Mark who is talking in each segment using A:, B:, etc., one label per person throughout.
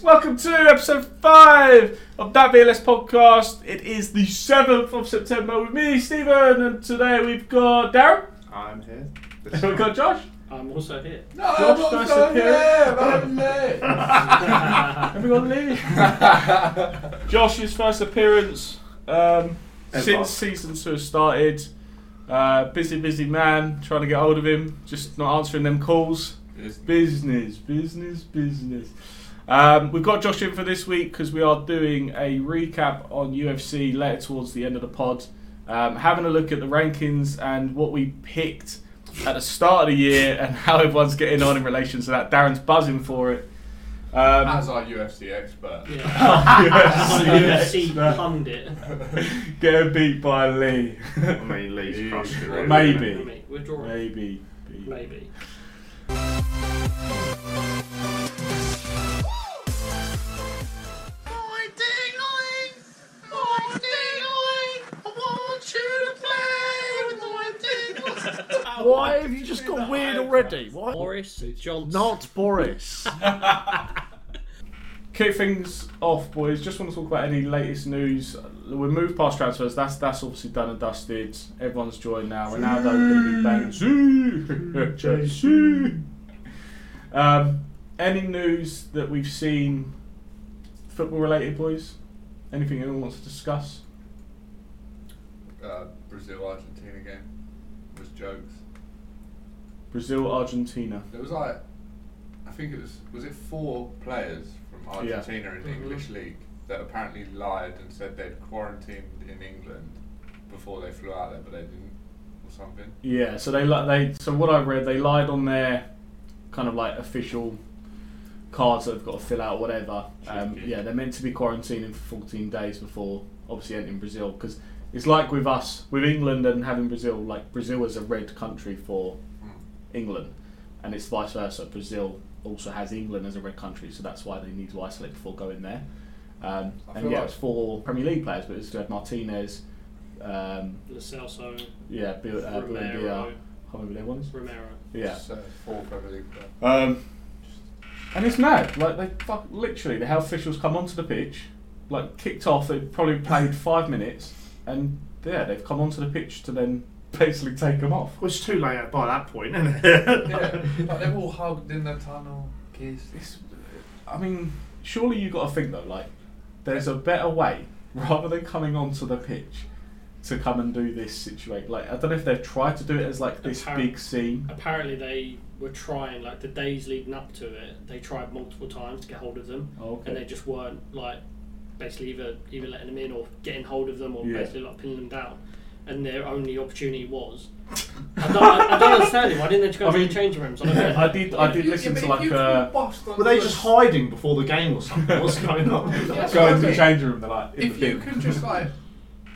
A: to episode five of that VLS podcast. It is the seventh of September with me, Stephen, and today we've got Darren,
B: I'm here.
A: and we've got Josh,
C: I'm also here.
D: No,
A: Josh,
D: I'm
A: nice
D: not
A: to
D: done
A: hear
D: yet. I haven't left.
A: and we've got Lee. Josh's first appearance um,
B: Ever.
A: since season two has started. Uh, busy, busy man. Trying to get hold of him, just not answering them calls. Business, business, business. Um, we've got Josh in for this week because we are doing a recap on UFC later towards the end of the pod. Um, having a look at the rankings and what we picked at the start of the year and how everyone's getting on in relation to that. Darren's buzzing for it.
D: As
A: Um,
D: our UFC expert.
C: Yeah. I'm not a UFC pundit.
A: getting beat by Lee.
B: I mean, Lee's crushed it. really,
A: Maybe.
B: isn't it?
C: Maybe. We're drawing. Maybe.
A: Maybe.
C: Maybe.
E: Why have you just got weird already? Why?
C: Boris Johnson.
E: Not Boris.
A: Kick things off, boys. Just want to talk about any latest news. We moved past transfers. That's that's obviously done and dusted. Everyone's joined now. Ronaldo going to be banging. Chelsea. Um, any news that we've seen football related, boys? Anything anyone wants to discuss?
D: Uh, Brazil Argentina game was jokes.
A: Brazil, Argentina.
D: There was like, I think it was was it four players from Argentina in the
C: Mhm.
A: Mm-hmm.
D: English league that apparently lied and said they'd quarantined in England before they flew out there, but they didn't or something.
A: Yeah, so they li- they so what I read they lied on their kind of like official cards that they've got to fill out whatever. Um,
D: Tricky.
A: yeah, they're meant to be quarantining for 14 days before obviously entering Brazil because it's like with us with England and having Brazil like Brazil is a red country for
D: Hmm.
A: England and it's vice versa. Brazil also has England as a red country, so that's why they need to isolate before going there. Um,
D: I
A: and
D: feel
A: yeah,
D: like-
A: it's for Premier League players, but it's had Martinez, um,
C: Lo Celso,
A: yeah, Bu- uh, Buendia.
C: Romero.
A: How many were there ones?
C: Romero.
A: Yeah.
D: So four Premier League players.
A: Um, and it's mad. Like they fuck, literally, the health officials come onto the pitch, like kicked off. They probably played five minutes, and yeah, they've come onto the pitch to then basically take them off.
E: Well, it's too late out by that point, isn't it?
D: yeah, like they've all hugged in the tunnel, kissed.
A: It's, I mean, surely you got to think though. Like, there's a better way rather than coming onto the pitch to come and do this situation. Like, I don't know if they've tried to do it as like this
C: Apparent-
A: big scene.
C: Apparently they were trying, like the days leading up to it, they tried multiple times to get hold of them,
A: Oh, Okay.
C: and they just weren't like basically either either letting them in or getting hold of them or
A: Yeah.
C: basically like pinning them down. And their only opportunity was. I don't, I, I don't understand it. Why didn't they just go
A: I
C: to the
A: mean,
C: change rooms? I don't get it.
A: I did. I did listen to like a.
E: Were they just hiding before the game or something? What's going on?
D: Yeah.
A: Go into the changing room. They're like, in
D: If
A: the
D: you
A: bin.
D: can just like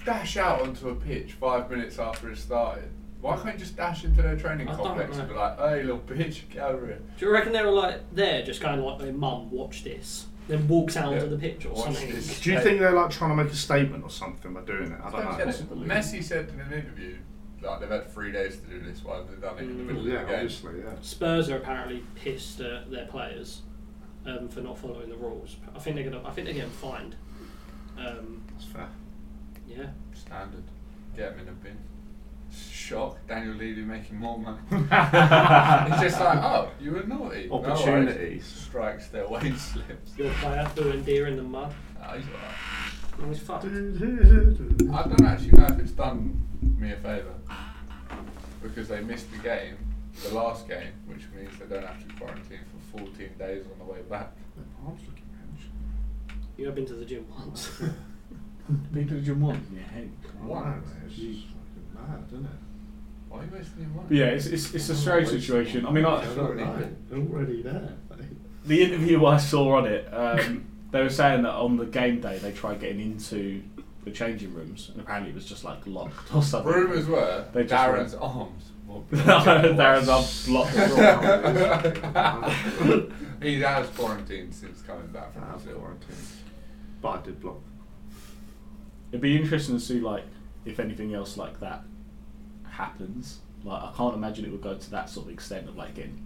D: dash out onto a pitch five minutes after it started, why can't you just dash into their training
C: I don't
D: complex and
C: know.
D: be like, "Hey, little bitch, get over here."
C: Do you reckon they were like there, just kind of like their mum, watch this, then walks out
D: Yeah.
C: onto the pitch or
D: Watch
C: something?
D: this.
E: Do you think they're like trying to make a statement or something by doing it? I don't know.
D: Messi said in an interview, like they've had three days to do this. Why have they done it in the
C: Mm.
D: middle
E: Yeah,
D: of the game?
E: obviously, yeah.
C: Spurs are apparently pissed at their players um, for not following the rules. I think they're gonna. I think they're getting fined. Um,
E: That's fair.
C: yeah.
D: Standard. Get them in a bin. Shock. Daniel Levy making more money. it's just like, oh, you were naughty. No worries.
E: Opportunities.
D: Strikes their wage slips.
C: Your player doing deer in the mud.
D: Ah, he's alright.
C: Oh, he's fucked.
B: Mm.
D: I don't actually know if it's done me a favour because they missed the game, the last game, which means they don't have to quarantine for 14 days on the way back.
C: You have been to the gym once.
A: Been to the gym one. Yeah. hey.
D: Wow.
E: Mad, isn't it?
D: Why are you wasting your money?
A: But yeah, it's, it's, it's a strange situation. I mean, I,
D: It's already been.
E: Already there.
A: the interview I saw on it, um, they were saying that on the game day they tried getting into the changing rooms, and apparently it was just like locked or something.
D: Rumours were
A: They just
D: Darren's arms. were broken.
A: Darren's up blocked. the door.
D: He's out of quarantine since coming back from Brazil.
E: But I did block.
A: It'd be interesting to see like if anything else like that happens. Like I can't imagine it would go to that sort of extent of like getting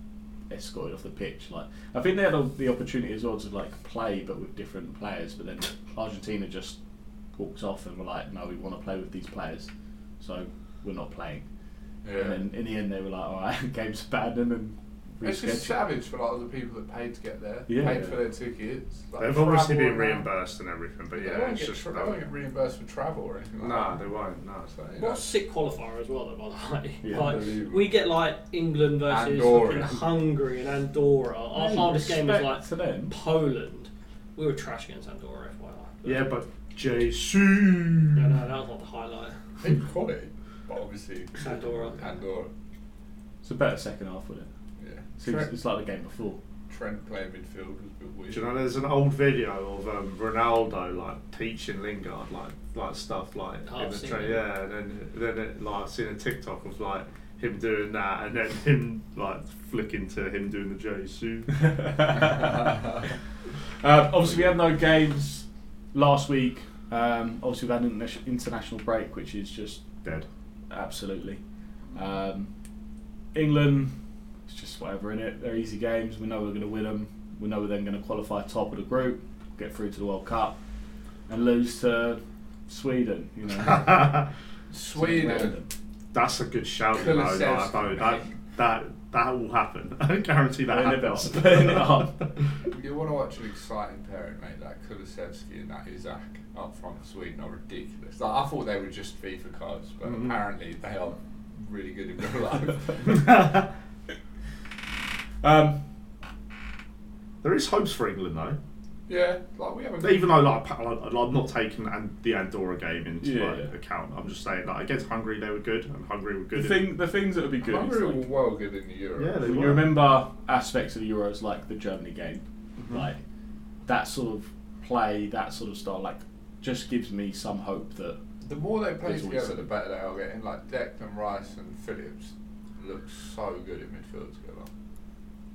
A: escorted off the pitch. Like I think they had all the opportunity as well to like play, but with different players. But then Argentina just walked off and were like, "No, we want to play with these players, so we're not playing."
D: Yeah.
A: And then in the end, they were like, "All right, game's abandoned and
D: It's just
A: rescheduled."
D: savage for like the people that paid to get there.
A: Yeah.
D: Paid for their tickets. Like,
B: They've obviously
D: travel
B: been
D: around.
B: reimbursed and everything, but
D: they
B: yeah,
D: won't
B: it's
D: get,
B: just
D: tra- they won't
B: that.
D: get reimbursed for travel or anything like
B: No,
D: that.
B: they won't. No,
D: So, you
C: What
D: know.
C: a sick qualifier as well, though, by the way.
A: Yeah.
C: like,
D: Unbelievable.
C: we get like England versus
D: Andorra.
C: fucking Hungary and Andorra. Our
A: Hey,
C: hardest game
A: Mm.
C: was
A: respect
C: like
A: to them.
C: Poland. We were trash against Andorra, FYI. But-
B: Yeah, but JC.
C: No, no, that was not the highlight.
D: They call it, but obviously
C: Andorra.
D: Andorra.
A: It's a better second half, wasn't it?
D: Yeah.
A: Seems,
D: Trent,
A: it's like the game before.
D: Trent playing midfield was a bit weird.
B: Do you know there's an old video of um, Ronaldo like teaching Lingard like like stuff like
C: Oh,
B: in
C: I've
B: the
C: seen
B: train.
C: it.
B: Yeah, and then then it, like seeing a TikTok of like him doing that, and then him like flicking to him doing the JC.
A: Um, obviously, we had no games last week. Um, obviously, we've had an interna- international break, which is just
B: Dead.
A: absolutely. Um, England, it's just whatever in it. They're easy games. We know we're going to win them. We know we're then going to qualify top of the group, get through to the World Cup, and lose to Sweden. You know,
D: Sweden.
A: Random.
B: That's a good shout, you know. Like, I don't, that that that will happen. I guarantee that
A: Putting it
B: happens.
A: on. Putting it on.
D: You want to watch an exciting pairing, mate? That Kulusevski and that Izak up front for Sweden are ridiculous. Like, I thought they were just FIFA cards, but
B: Mhm.
D: apparently they are really good in real life.
A: um,
B: there is hopes for England though.
D: yeah, like we haven't.
B: Even though like, pa- like I'm not taking an, the Andorra game into
A: Yeah,
B: like,
A: yeah.
B: account, I'm just saying like against Hungary they were good and Hungary were
A: the
B: good. in-
A: thing, the things that would be good. is,
D: Hungary
A: like-
D: were well good in the Euro.
B: Yeah, they
A: When
B: were.
A: you remember aspects of the Euros like the Germany game,
B: Mm-hmm.
A: like that sort of play, that sort of style, like just gives me some hope that
D: The more they play
A: There's always
D: together, the
A: something.
D: better they are getting. Like Declan Rice and Phillips look so good in midfield together,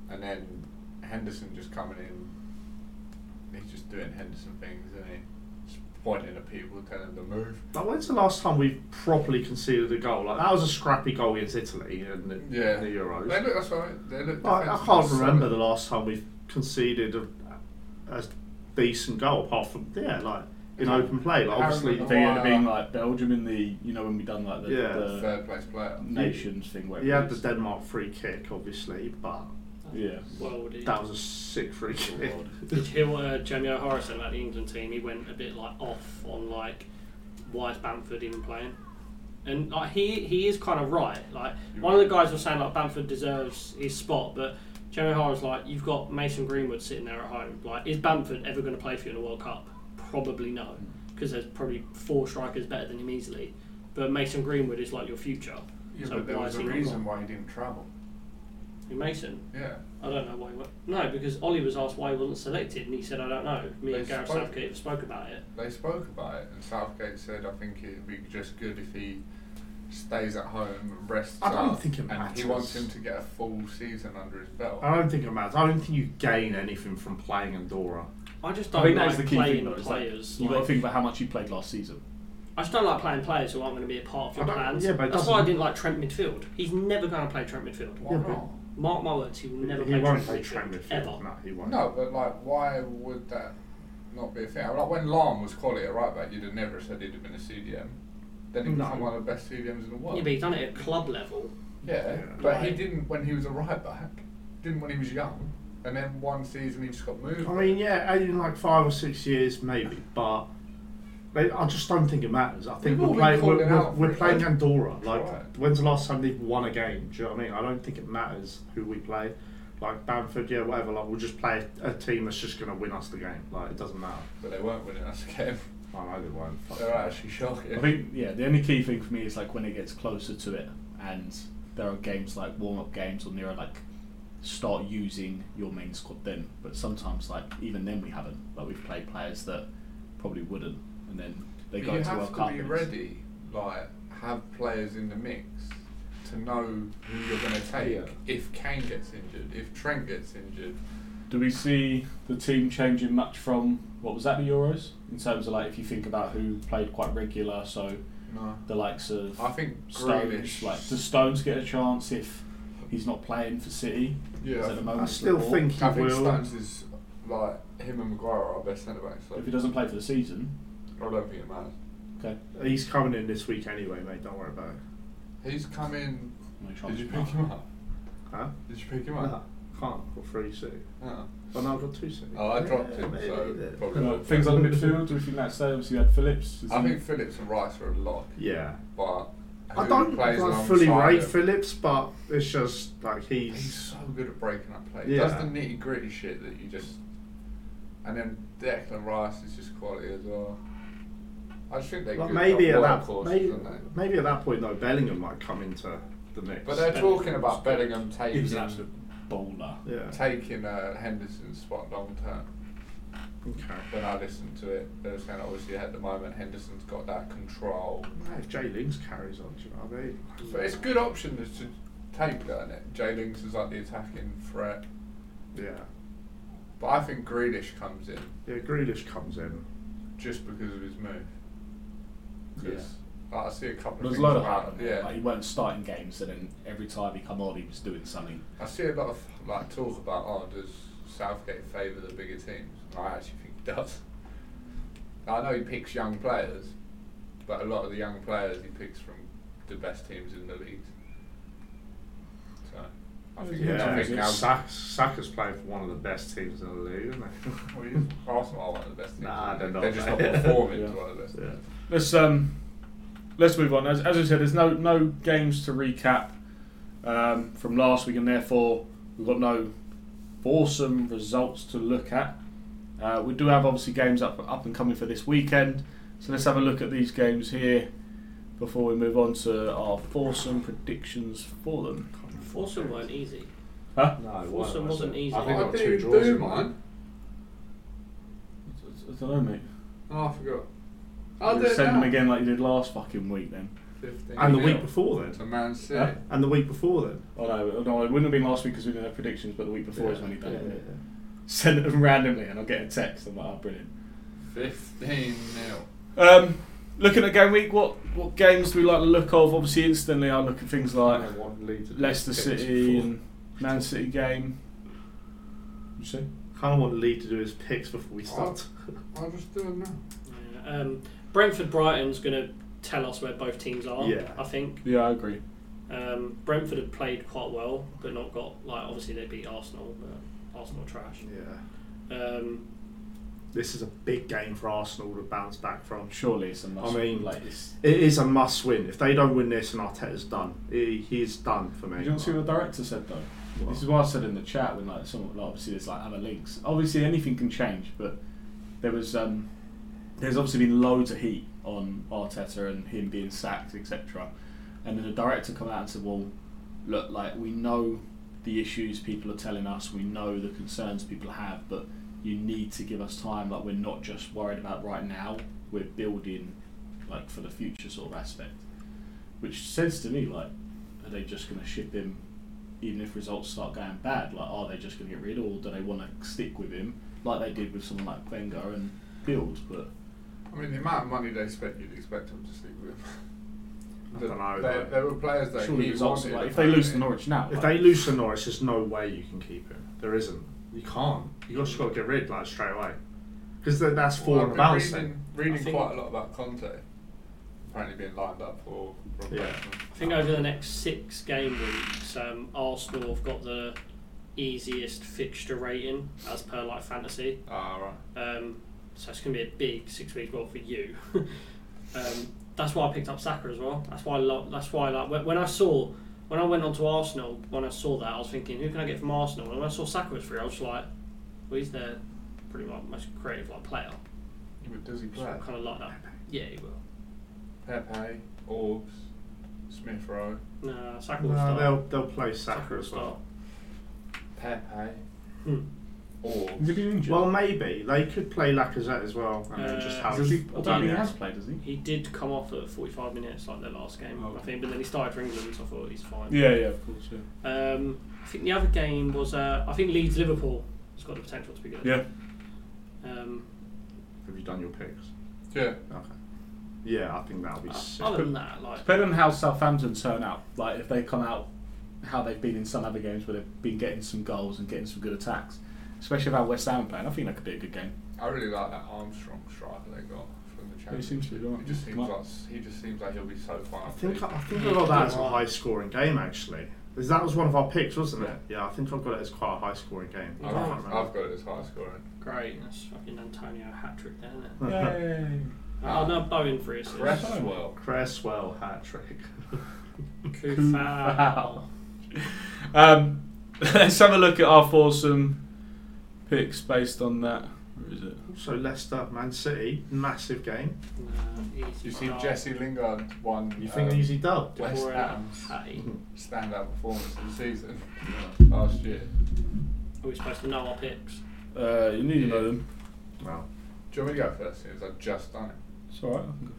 D: and then Henderson just coming in. He's just doing Henderson things, and he just pointing at people, telling them to move.
B: Like, when's the last time we've properly conceded a goal? Like that was a scrappy goal against Italy in the,
D: Yeah,
B: in the Euros.
D: They look. That's right. They look.
B: Like, I
D: defensively
B: can't
D: solid.
B: remember the last time we've conceded a, a decent goal, apart from yeah, like in open play. Like,
A: I
B: obviously,
D: Aaron
A: think it would have been
D: Wow.
A: like Belgium in the you know when we done like the,
B: Yeah.
A: the
D: third place player.
A: nations thing where
B: he had the Denmark free kick, obviously, but
A: yeah.
C: Worldy.
B: that was a sick free kick.
C: Did you hear what uh, Jamie O'Hara said about the England team? He went a bit like off on like why is Bamford even playing? And like he he is kind of right. Like one of the guys was saying like Bamford deserves his spot, but Jamie O'Hara's like you've got Mason Greenwood sitting there at home. Like is Bamford ever going to play for you in a World Cup? Probably no, because there's probably four strikers better than him easily. But Mason Greenwood is like your future.
D: Yeah,
C: so
D: but there
C: why
D: was
C: is
D: a
C: he not
D: reason
C: gone?
D: why he didn't travel.
C: Who, Mason.
D: Yeah.
C: I don't know why he went. No, because Ollie was asked why he wasn't selected, and he said, I don't know. Me
D: They
C: and Gareth
D: spoke-
C: Southgate spoke about it.
D: they spoke about it, and Southgate said, "I think it'd be just good if he stays at home and rests
B: I don't
D: up,
B: think it
D: and
B: matters. Uh,
D: He wants him to get a full season under his belt.
B: I don't think it matters. I don't think you gain anything from playing Andorra.
C: I just
A: I
C: don't
A: think
C: like
A: that's the key thing
C: playing
A: though. is, like,
C: players.
A: you got to
C: like-
A: think about how much you played last season.
C: I just don't like playing players who aren't going to be a part of your
B: I don't-
C: plans.
B: yeah, but it
C: That's why I
B: doesn't-
C: didn't like Trent midfield. He's never going to play Trent midfield.
D: Why
B: Yeah,
D: not?
C: Mark my words, he will never
B: he
C: play,
B: won't
C: Trent,
B: play
C: midfield,
B: Trent midfield.
C: ever.
B: No, he won't.
D: No, but like, why would that not be a thing? Like when Lahm was quality at right back, you'd have never said he'd have been a CDM. Then he
B: No.
D: became one of the best CDMs in the world.
C: Yeah, but he's done it at club level.
D: Yeah,
B: Yeah.
D: but he
C: Right.
D: didn't when he was a right back. Didn't when he was young, and then one season he just got moved.
B: I mean, yeah, in like five or six years, maybe, but they, I just don't think it matters. I think
D: We've all
B: we're playing,
D: been
B: we're,
D: calling
B: we're,
D: out for
B: we're
D: it,
B: playing
D: though.
B: Andorra.
D: That's
B: Like,
D: right.
B: when's the last time they've won a game? Do you know what I mean? I don't think it matters who we play. Like Bamford, yeah, whatever. Like, we'll just play a team that's just going to win us the game. Like, it doesn't matter.
D: but they weren't winning us a game.
B: I know they won't. Fuck
D: They're
B: them.
D: actually shocking.
A: I think yeah, the only key thing for me is like when it gets closer to it, and there are games like warm up games or nearer like start using your main squad then. But sometimes like even then we haven't. Like we've played players that probably wouldn't, and then they
D: But
A: go
D: you
A: to
D: have
A: World
D: to
A: Cup.
D: be
A: and it's-
D: ready, like have players in the mix to know who you're going to take
B: Yeah.
D: if Kane gets injured, if Trent gets injured.
A: Do we see the team changing much from what was that the Euros in terms of like if you think about who played quite regular, so
D: No,
A: the likes of
D: I think
A: Stones,
D: Grealish.
A: like does Stones get a chance if he's not playing for City?
D: Yeah,
E: Is at the moment
B: I
E: it's
B: still
E: Laporte.
B: think he
D: I think
B: will.
D: Stamps is like him and Maguire are our best centre backs. So
E: If he doesn't play for the season,
D: I don't think it matters.
E: okay.
B: He's coming in this week anyway, mate. Don't worry about it.
D: He's come in.
E: I'm gonna try
D: Did you
E: and-
D: pick him up?
B: Huh?
D: Did you pick him
B: No,
D: up?
B: can't. I've got three C.
D: No.
B: Oh no, I've got two C.
D: Oh, I dropped him,
B: maybe
D: so
B: that-
D: probably.
A: Well,
D: not.
A: things on the midfield, do you think that's say? Obviously, you had Phillips.
D: I think Phillips and Rice are a lock,
B: Yeah.
D: but
B: I
D: who
B: don't
D: plays
B: like, fully
D: alongside
B: rate
D: him?
B: Phillips, but it's just like
D: He's
B: he's.
D: so good at breaking up play.
B: Yeah.
D: Does the nitty gritty shit that you just. And then Declan Rice is just quality as well. I just think they're
B: Like
D: good.
B: maybe at
D: like
B: that
D: workhorses,
B: maybe,
D: aren't they?
B: maybe at that point though Bellingham might come into the mix.
D: But they're talking about Bellingham
E: He was an
D: taking
E: absolute bowler.
B: yeah.
D: taking uh, Henderson's spot long term.
B: okay.
D: When I listened to it, they were saying obviously at the moment Henderson's got that control.
B: Mate, If Jay Lings carries on, do you know what I mean?
D: But it's a good option to to take that, isn't it? Jay Links is like the attacking threat.
B: Yeah.
D: But I think Grealish comes in
B: Yeah, Grealish comes in.
D: just because of his move. Because I see a couple
E: There
D: of
E: was
D: things
E: a lot of
D: about
E: hype.
D: yeah.
E: Like he weren't starting games, and then every time he come on, he was doing something.
D: I see a lot of like talk about oh does Southgate favour the bigger teams? And I actually think he does. I know he picks young players, but a lot of the young players he picks from the best teams in the league. So I think
B: Yeah,
D: I think
B: Sa-
D: now
B: Sa- Saka's playing for one of the best teams in the league, isn't
D: well,
B: he?
D: he is- Arsenal are one of the best teams.
B: Nah,
D: in the
B: they're not,
D: league. They're just not
B: mate.
D: performing as
A: Yeah.
D: one of the best.
B: yeah.
A: Let's um, let's move on. As, as I said, there's no no games to recap um, from last week, and therefore we've got no awesome results to look at. Uh, we do have obviously games up up and coming for this weekend, so let's have a look at these games here before we move on to our foursome predictions for them.
C: Foursome weren't easy.
A: Huh?
B: No, it
C: Foursome wasn't easy.
B: I think I
D: I
B: got
D: didn't
B: two draws
D: do
B: in mine.
D: mine.
A: I don't know, mate.
D: Oh, I forgot. I'll do
A: Send
D: it
A: them
D: now.
A: again like you did last fucking week, then.
D: 15
B: And the
D: nil
B: week before then.
D: to Man City.
A: Huh?
B: And the week before then.
A: Oh no, no, it wouldn't have been last week because we didn't have predictions, but the week before is
B: Yeah,
A: when he done it.
B: yeah,
A: Send them randomly, and I'll get a text. I'm like, oh, brilliant.
D: Fifteen nil.
A: Um, looking at game week, what what games do we like to look of? Obviously, instantly I look at things like
B: Yeah, one lead to the
A: Leicester
B: fix
A: City
B: before-
A: and Man City game. You see?
B: Kind of want Lee to do his picks before we start.
D: I'll just do it now.
C: Yeah, um, Brentford Brighton's going to tell us where both teams are.
B: Yeah.
C: I think
A: Yeah, I agree.
C: um, Brentford have played quite well, but not got like obviously they beat Arsenal, but Arsenal trash.
A: Oh.
B: Yeah.
C: Um,
B: This is a big game for Arsenal to bounce back from.
A: Surely it's a must.
B: I mean,
A: like it's.
B: It is a must win. If they don't win this, and Arteta's done. He, he's done for me.
A: You don't see what the director said though. This is what I said in the chat when like someone like, obviously there's like other links. Obviously anything can change, but there was um, there's obviously been loads of heat on Arteta and him being sacked, etc. And then the director come out and said, "Well, look, like we know the issues people are telling us, we know the concerns people have, but you need to give us time. Like we're not just worried about right now. We're building like for the future sort of aspect." Which says to me, like, are they just going to ship him even if results start going bad, like are they just going to get rid, or do they want to stick with him like they did with someone like Wenger and build? But
D: I mean, the amount of money they spent, you'd expect them to stick with.
B: I don't know,
D: There,
B: like-
D: there were players that
A: surely
D: he
A: results
D: wanted,
A: like if they lose to
D: apparently.
A: Norwich now,
B: If
A: like,
B: they lose to Norwich, there's no way you can keep him. There isn't. You can't. You just got to get rid like straight away. Because that's
A: Oh,
B: four
D: Well,
B: on
D: I've
B: the
D: been
B: bounce then.
D: reading, reading
C: I think-
D: quite a lot about Conte. Apparently being lined up for replacement.
C: I think over the next six game weeks, um, Arsenal have got the easiest fixture rating as per like fantasy.
D: Ah, right.
C: Um, so it's going to be a big six week role for you. um, that's why I picked up Saka as well. That's why. I lo- that's why. Like when, when I saw, when I went on to Arsenal, when I saw that, I was thinking, who can I get from Arsenal? And when I saw Saka was free, I was just like, well, he's their pretty much most creative like player.
D: But does he
C: So
D: play?
C: kind of like that. Yeah, he will.
D: Pepe, Orbs, Smith Rowe,
C: No, Saka
A: Uh,
C: will
B: No,
C: start.
B: they'll they'll play Saka
C: Saka will
B: as well.
D: Pepe,
C: Hmm.
A: Has
D: Orbs.
A: he been injured?
B: Well, maybe they could play Lacazette as well, and then just
C: Uh,
B: have.
A: does he, I don't think he
B: Aubameyang.
A: has played, does he?
C: He did come off at 45 minutes like their last game,
A: Okay.
C: I think, but then he started for England, so I thought he's fine.
A: Yeah, yeah, of course, yeah.
C: Um, I think the other game was, uh, I think Leeds Liverpool has got the potential to be good.
A: Yeah.
C: Um,
B: Have you done your picks?
D: Yeah.
B: Okay. Yeah, I think that'll be sick.
A: Uh, oh,
C: other than that, like,
A: Depending on how Southampton turn out, like if they come out how they've been in some other games where they've been getting some goals and getting some good attacks. Especially how West Ham are playing, I think that could be a good game.
D: I really like that Armstrong striker they got from the
A: He
D: Champions.
A: seems to be
D: He
A: right.
D: just seems
A: Might-
D: like he just seems like he'll be so fun.
B: I
D: up
B: think I,
D: there.
B: I think I got that as a high scoring game actually. 'Cause That was one of our picks, wasn't it? Yeah, I think I've got it as quite a high scoring game. I
D: I've,
B: can't
C: Right.
B: remember.
D: I've got it as high scoring.
C: Great, that's fucking Antonio hat trick there, isn't it?
A: Yay.
C: Oh no, Bowen for it.
D: Cresswell.
B: Cresswell hat trick.
C: Kufal.
A: Um, let's have a look at our foursome picks based on that. Where is it?
B: so Leicester, Man City, massive game.
C: Nah, easy
D: You see
C: dub.
D: Jesse Lingard won.
B: You think
D: um,
B: easy dub?
C: Don't
D: West
C: worry about
D: Ham's
C: Hattie.
B: Hmm.
D: standout performance of the season last year.
C: Are we supposed to know our picks?
A: Uh, you need to know them.
B: Well,
D: Do you want me to go first? Since I've just done it.
A: It's alright. I can go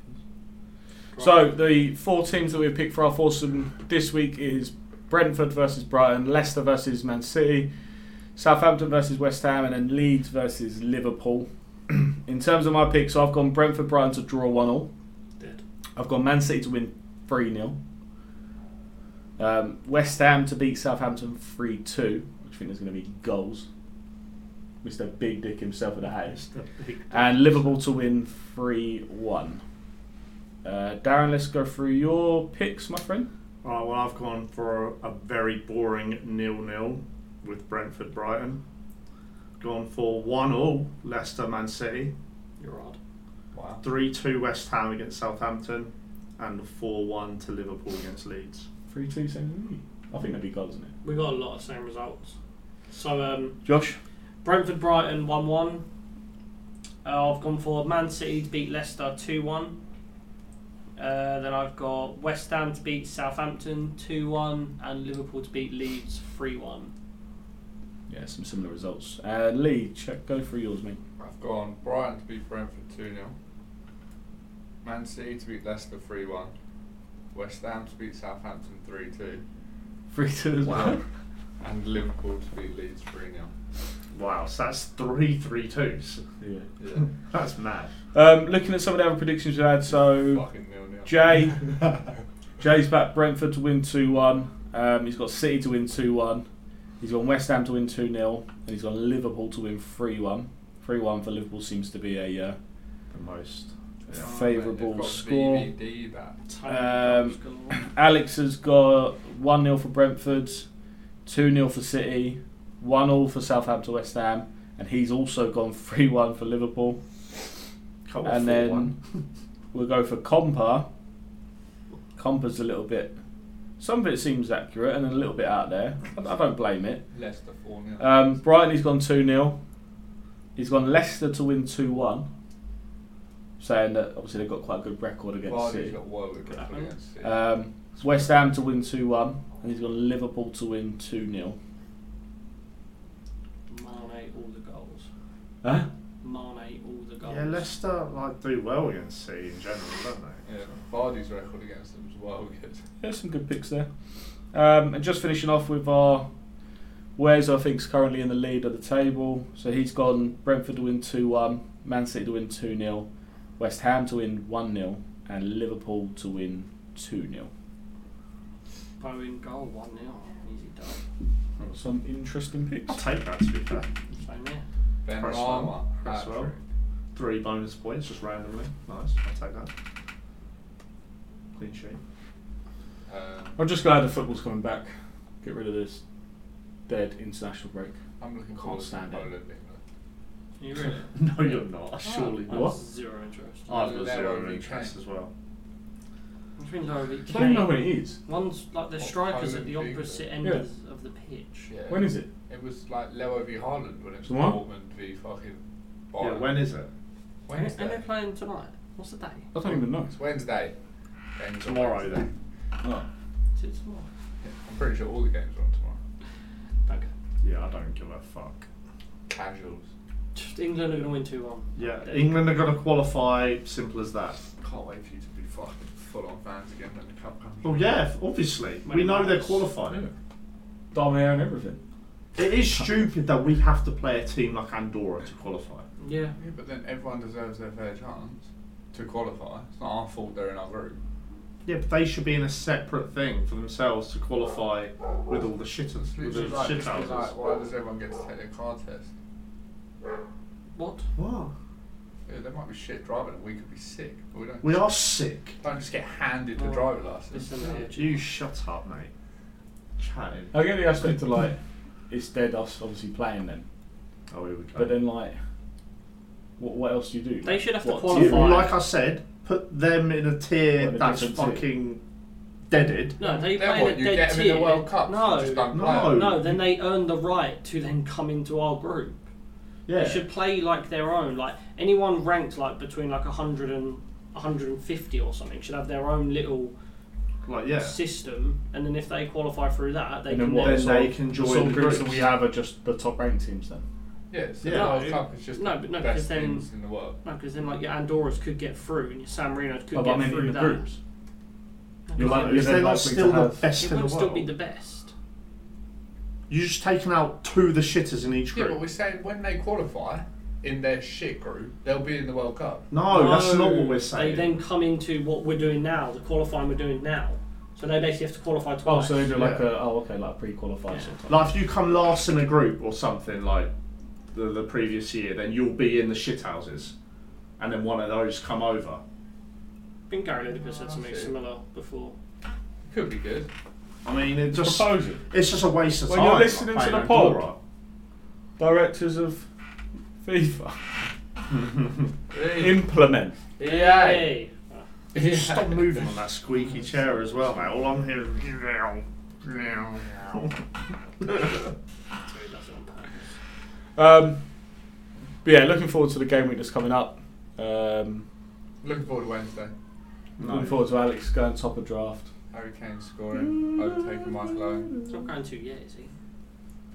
A: first. So the four teams that we picked for our foursome this week is Brentford versus Brighton, Leicester versus Man City, Southampton versus West Ham, and then Leeds versus Liverpool. In terms of my picks, I've gone Brentford Brighton to draw one all.
C: Dead.
A: I've gone Man City to win 3 0. Um, West Ham to beat Southampton 3 2, which I think there's going to be goals. Mr. Big Dick himself at the house.
B: Leicester big.
A: And Liverpool to win 3 1. Uh, Darren, let's go through your picks, my friend.
B: Right, well, I've gone for a very boring nil-nil with Brentford Brighton. Gone for one all Leicester Man City,
C: You're odd.
D: Wow.
B: three two West Ham against Southampton, and four one to Liverpool against Leeds.
A: 3 2, same I think that'd be goals, isn't
C: We got a lot of same results. So um,
A: it? Josh?
C: Brentford Brighton one one. Uh, I've gone for Man City to beat Leicester two one. Uh, then I've got West Ham to beat Southampton two one, and Liverpool to beat Leeds three one.
A: Yeah, some similar results. Uh, Lee, check, go through yours, mate.
D: I've gone Brighton to beat Brentford 2 0. Man City to beat Leicester 3 1. West Ham to beat Southampton 3 2.
A: 3 2 as well.
D: And Liverpool to beat Leeds 3 0.
B: Wow, so that's three three twos.
A: yeah.
D: Yeah.
B: That's mad.
A: Um, looking at some of the other predictions we had, so
D: Fucking nil nil.
A: Jay, Jay's back Brentford to win 2 1. Um, he's got City to win 2 1. He's gone West Ham to win 2 0. And he's gone Liverpool to win 3 1. 3 1 for Liverpool seems to be a. Uh,
B: The most.
A: Favourable score.
D: DVD that.
A: Um, Alex has got 1 0 for Brentford, 2 0 for City, 1 0 for Southampton West Ham. And he's also gone 3 1 for Liverpool.
B: Come
A: and
B: four,
A: then
B: Oh, one.
A: we'll go for Compa. Compa's a little bit. Some of it seems accurate and a little bit out there. I, I don't blame it.
D: Leicester 4 0.
A: Um, Brighton, he's gone 2 0. He's gone Leicester to win 2 1. Saying that obviously they've got quite a good record against
D: Vardy's
A: City.
D: got Warwick Brentford against City.
A: Um, West Ham to win 2 1. And he's gone Liverpool to win 2 0.
C: Mane all the goals.
A: Huh?
C: Mane all the goals.
B: yeah, Leicester like do well against City in general, don't they?
D: yeah, Vardy's record against them is well good.
A: There's some good picks there. Um, and just finishing off with our Wales, I think, is currently in the lead of the table. So he's gone Brentford to win 2 1, Man City to win 2 0, West Ham to win 1 0, and Liverpool to win 2 0.
C: Bowen goal one 0 Easy dub.
A: Some interesting picks.
B: I'll take that to be fair.
C: Same there.
D: Ben
B: Cresswell.
D: Rama.
B: Cresswell. Three bonus points just randomly. Nice. I'll take that. Clean sheet.
D: Um,
A: I'm just glad the football's coming back. Get rid of this dead international break.
D: I'm looking
A: Can't
D: forward to
A: stand it.
D: Poland, England.
C: You really?
B: No, you're
A: Oh.
B: not. Surely
C: I have
B: not.
C: Zero interest.
D: Oh.
B: I've got
D: They're
B: zero
D: only
B: interest
D: ten.
B: as well.
C: Which means I would be
A: I don't even know
C: playing-
A: when it is.
C: One's like the
D: Or
C: strikers at
D: Poland
C: the
D: beat
C: opposite
D: them.
C: end
A: Yeah.
C: of of the pitch.
D: Yeah.
A: When is it?
D: It was like Leo v Haaland when it was
A: What?
D: Dortmund v fucking
B: Yeah,
D: Bayern.
B: when is it?
C: And
D: Wednesday.
C: they're playing tonight. What's the day?
A: I don't even know.
D: It's Wednesday. Games on
B: Tomorrow
D: Wednesday.
B: then.
A: Oh.
C: Is it tomorrow?
D: Yeah, I'm pretty sure all the games are on tomorrow.
C: Okay.
B: Yeah, I don't give a fuck.
D: Casuals.
C: Just England are going to win 2 1.
B: Yeah, England are going to qualify. Simple as that.
D: Can't wait for you to be fucking full on fans again when the cup comes.
B: Well, yeah, f- obviously.
C: When
B: We
C: it
B: know they're
C: matters.
B: qualified.
A: Dominating everything.
B: It is stupid that we have to play a team like Andorra to qualify.
C: Yeah.
D: Yeah, but then everyone deserves their fair chance to qualify. It's not our fault they're in our group.
B: Yeah, but they should be in a separate thing for themselves to qualify with all the shitters, with
D: Literally,
B: the
D: like,
B: shit
D: this is
B: houses.
D: like, why does everyone get to take their car test?
C: What?
B: What?
D: Yeah, they might be shit driving and we could be sick, but we don't,
B: We are sick.
D: don't just get handed the
C: Oh,
D: driver license.
C: Listen, uh,
B: You shut up, mate. Chatting.
A: I get the aspect of like, it's dead us obviously playing them,
B: Oh, here we go.
A: but then like, what, what else do you do?
C: They should have to
A: What,
C: qualify.
A: tier?
B: like I said, put them in a tier
A: Well, the
B: that's
A: difference is-
B: fucking deaded.
C: No, they
D: Then
C: play
D: what,
C: in a
D: you
C: dead
D: get them
C: tier.
D: in the World Cup?
C: No,
D: Just don't play
B: No.
D: 'em.
C: no. Then they earn the right to then come into our group.
B: Yeah.
C: They should play like their own. Like anyone ranked like between like 100 and 150 or something should have their own little
B: Like, yeah.
C: system. And then if they qualify through that, they
A: And
C: can
A: then what?
C: then-
B: Then
A: sort
B: they
A: of-
B: can
A: the
B: join
A: sort
B: the
A: of groups
B: groups.
A: that we have are just the top ranked teams then.
D: Yeah, so
B: Yeah.
D: the World
B: No,
D: Cup is just
C: no,
D: the
C: but no, 'cause
D: best
C: then-
D: teams in the world.
C: No, because then like your Andorras could get through and your San Marinos could
A: Oh, but
C: get
A: I mean
C: through
A: in the
C: that.
A: groups.
C: No,
A: You're
C: 'cause
A: like-
B: Is
A: You're
B: they
A: then
B: not
A: likely
B: still
A: to
B: the
A: have-
B: best
C: it
B: in the
C: would
B: world?
C: still be the best.
B: You're just taking out two of the shitters in each
D: Yeah,
B: group.
D: but we're saying when they qualify in their shit group, they'll be in the World Cup.
B: no, Oh, that's
C: No,
B: not what we're
C: They
B: saying.
C: then come into what we're doing now, the qualifying we're doing now. So they basically have to qualify
A: Oh,
C: twice.
A: so they do like
B: Yeah.
A: a oh okay like pre-qualified sort of.
B: Like if you come last in a group or something like the, the previous year, then you'll be in the shit houses, and then one of those come over.
C: I think Gary Lineker said something
D: Okay.
C: similar before.
D: Could be good.
B: I mean, it just
A: Proposal.
B: it's just a waste of
A: When
B: time.
A: you're listening
B: like,
A: to
B: playing
A: the pod.
B: Andorra.
A: Directors of FIFA
D: Yeah.
A: implement.
C: Hey.
B: Stop moving on that squeaky chair as well, mate. All I'm hearing is
C: So he does it on purpose.
A: Um, but yeah, looking forward to the game week that's coming up. Um,
D: Looking forward to Wednesday.
A: Looking forward to Alex going top of draft.
D: Harry Kane scoring, overtaking Michael Owen.
C: It's not going to yet, is he?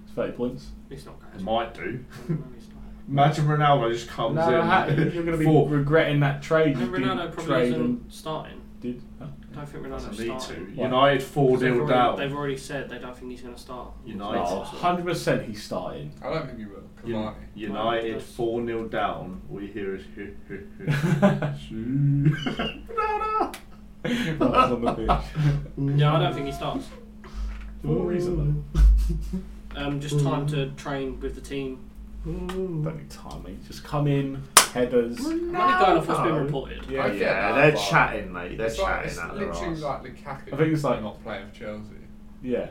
A: It's thirty points.
C: It's not going
B: It
C: to.
B: might do.
C: No, he's not.
B: Imagine Ronaldo just comes in.
A: you're going to be
B: Four.
A: regretting that trade.
C: And
A: you didn't
C: Ronaldo probably
A: trade
C: isn't
A: and
C: starting.
A: did.
C: I don't think
B: Doesn't
C: Ronaldo's
B: need
C: starting.
B: to.
A: Why?
B: United four
C: They've
B: nil
C: already,
B: down.
C: they've already said they don't think he's going to start.
A: Oh,
B: United.
A: 100% he started.
D: I don't think you will.
B: Un-
D: Cavani.
B: United
C: Right.
B: four 0 down. We hear is hoo hoo hoo.
A: Miles on the pitch.
C: No, I don't think he starts.
A: For what reason
C: Um, just time to train with the team.
A: though? Don't need time, mate. Just come in, headers.
C: I'm only going off what's
B: Mm.
C: been reported.
A: Yeah,
D: Okay.
A: yeah.
B: Yeah,
D: Yeah,
B: they're
D: but-
B: chatting, mate. They're
D: It's like,
B: chatting
D: it's
B: out their
D: literally
B: arse.
D: like Lukaku.
A: I think it's like-
D: not playing for Chelsea.
A: Yeah.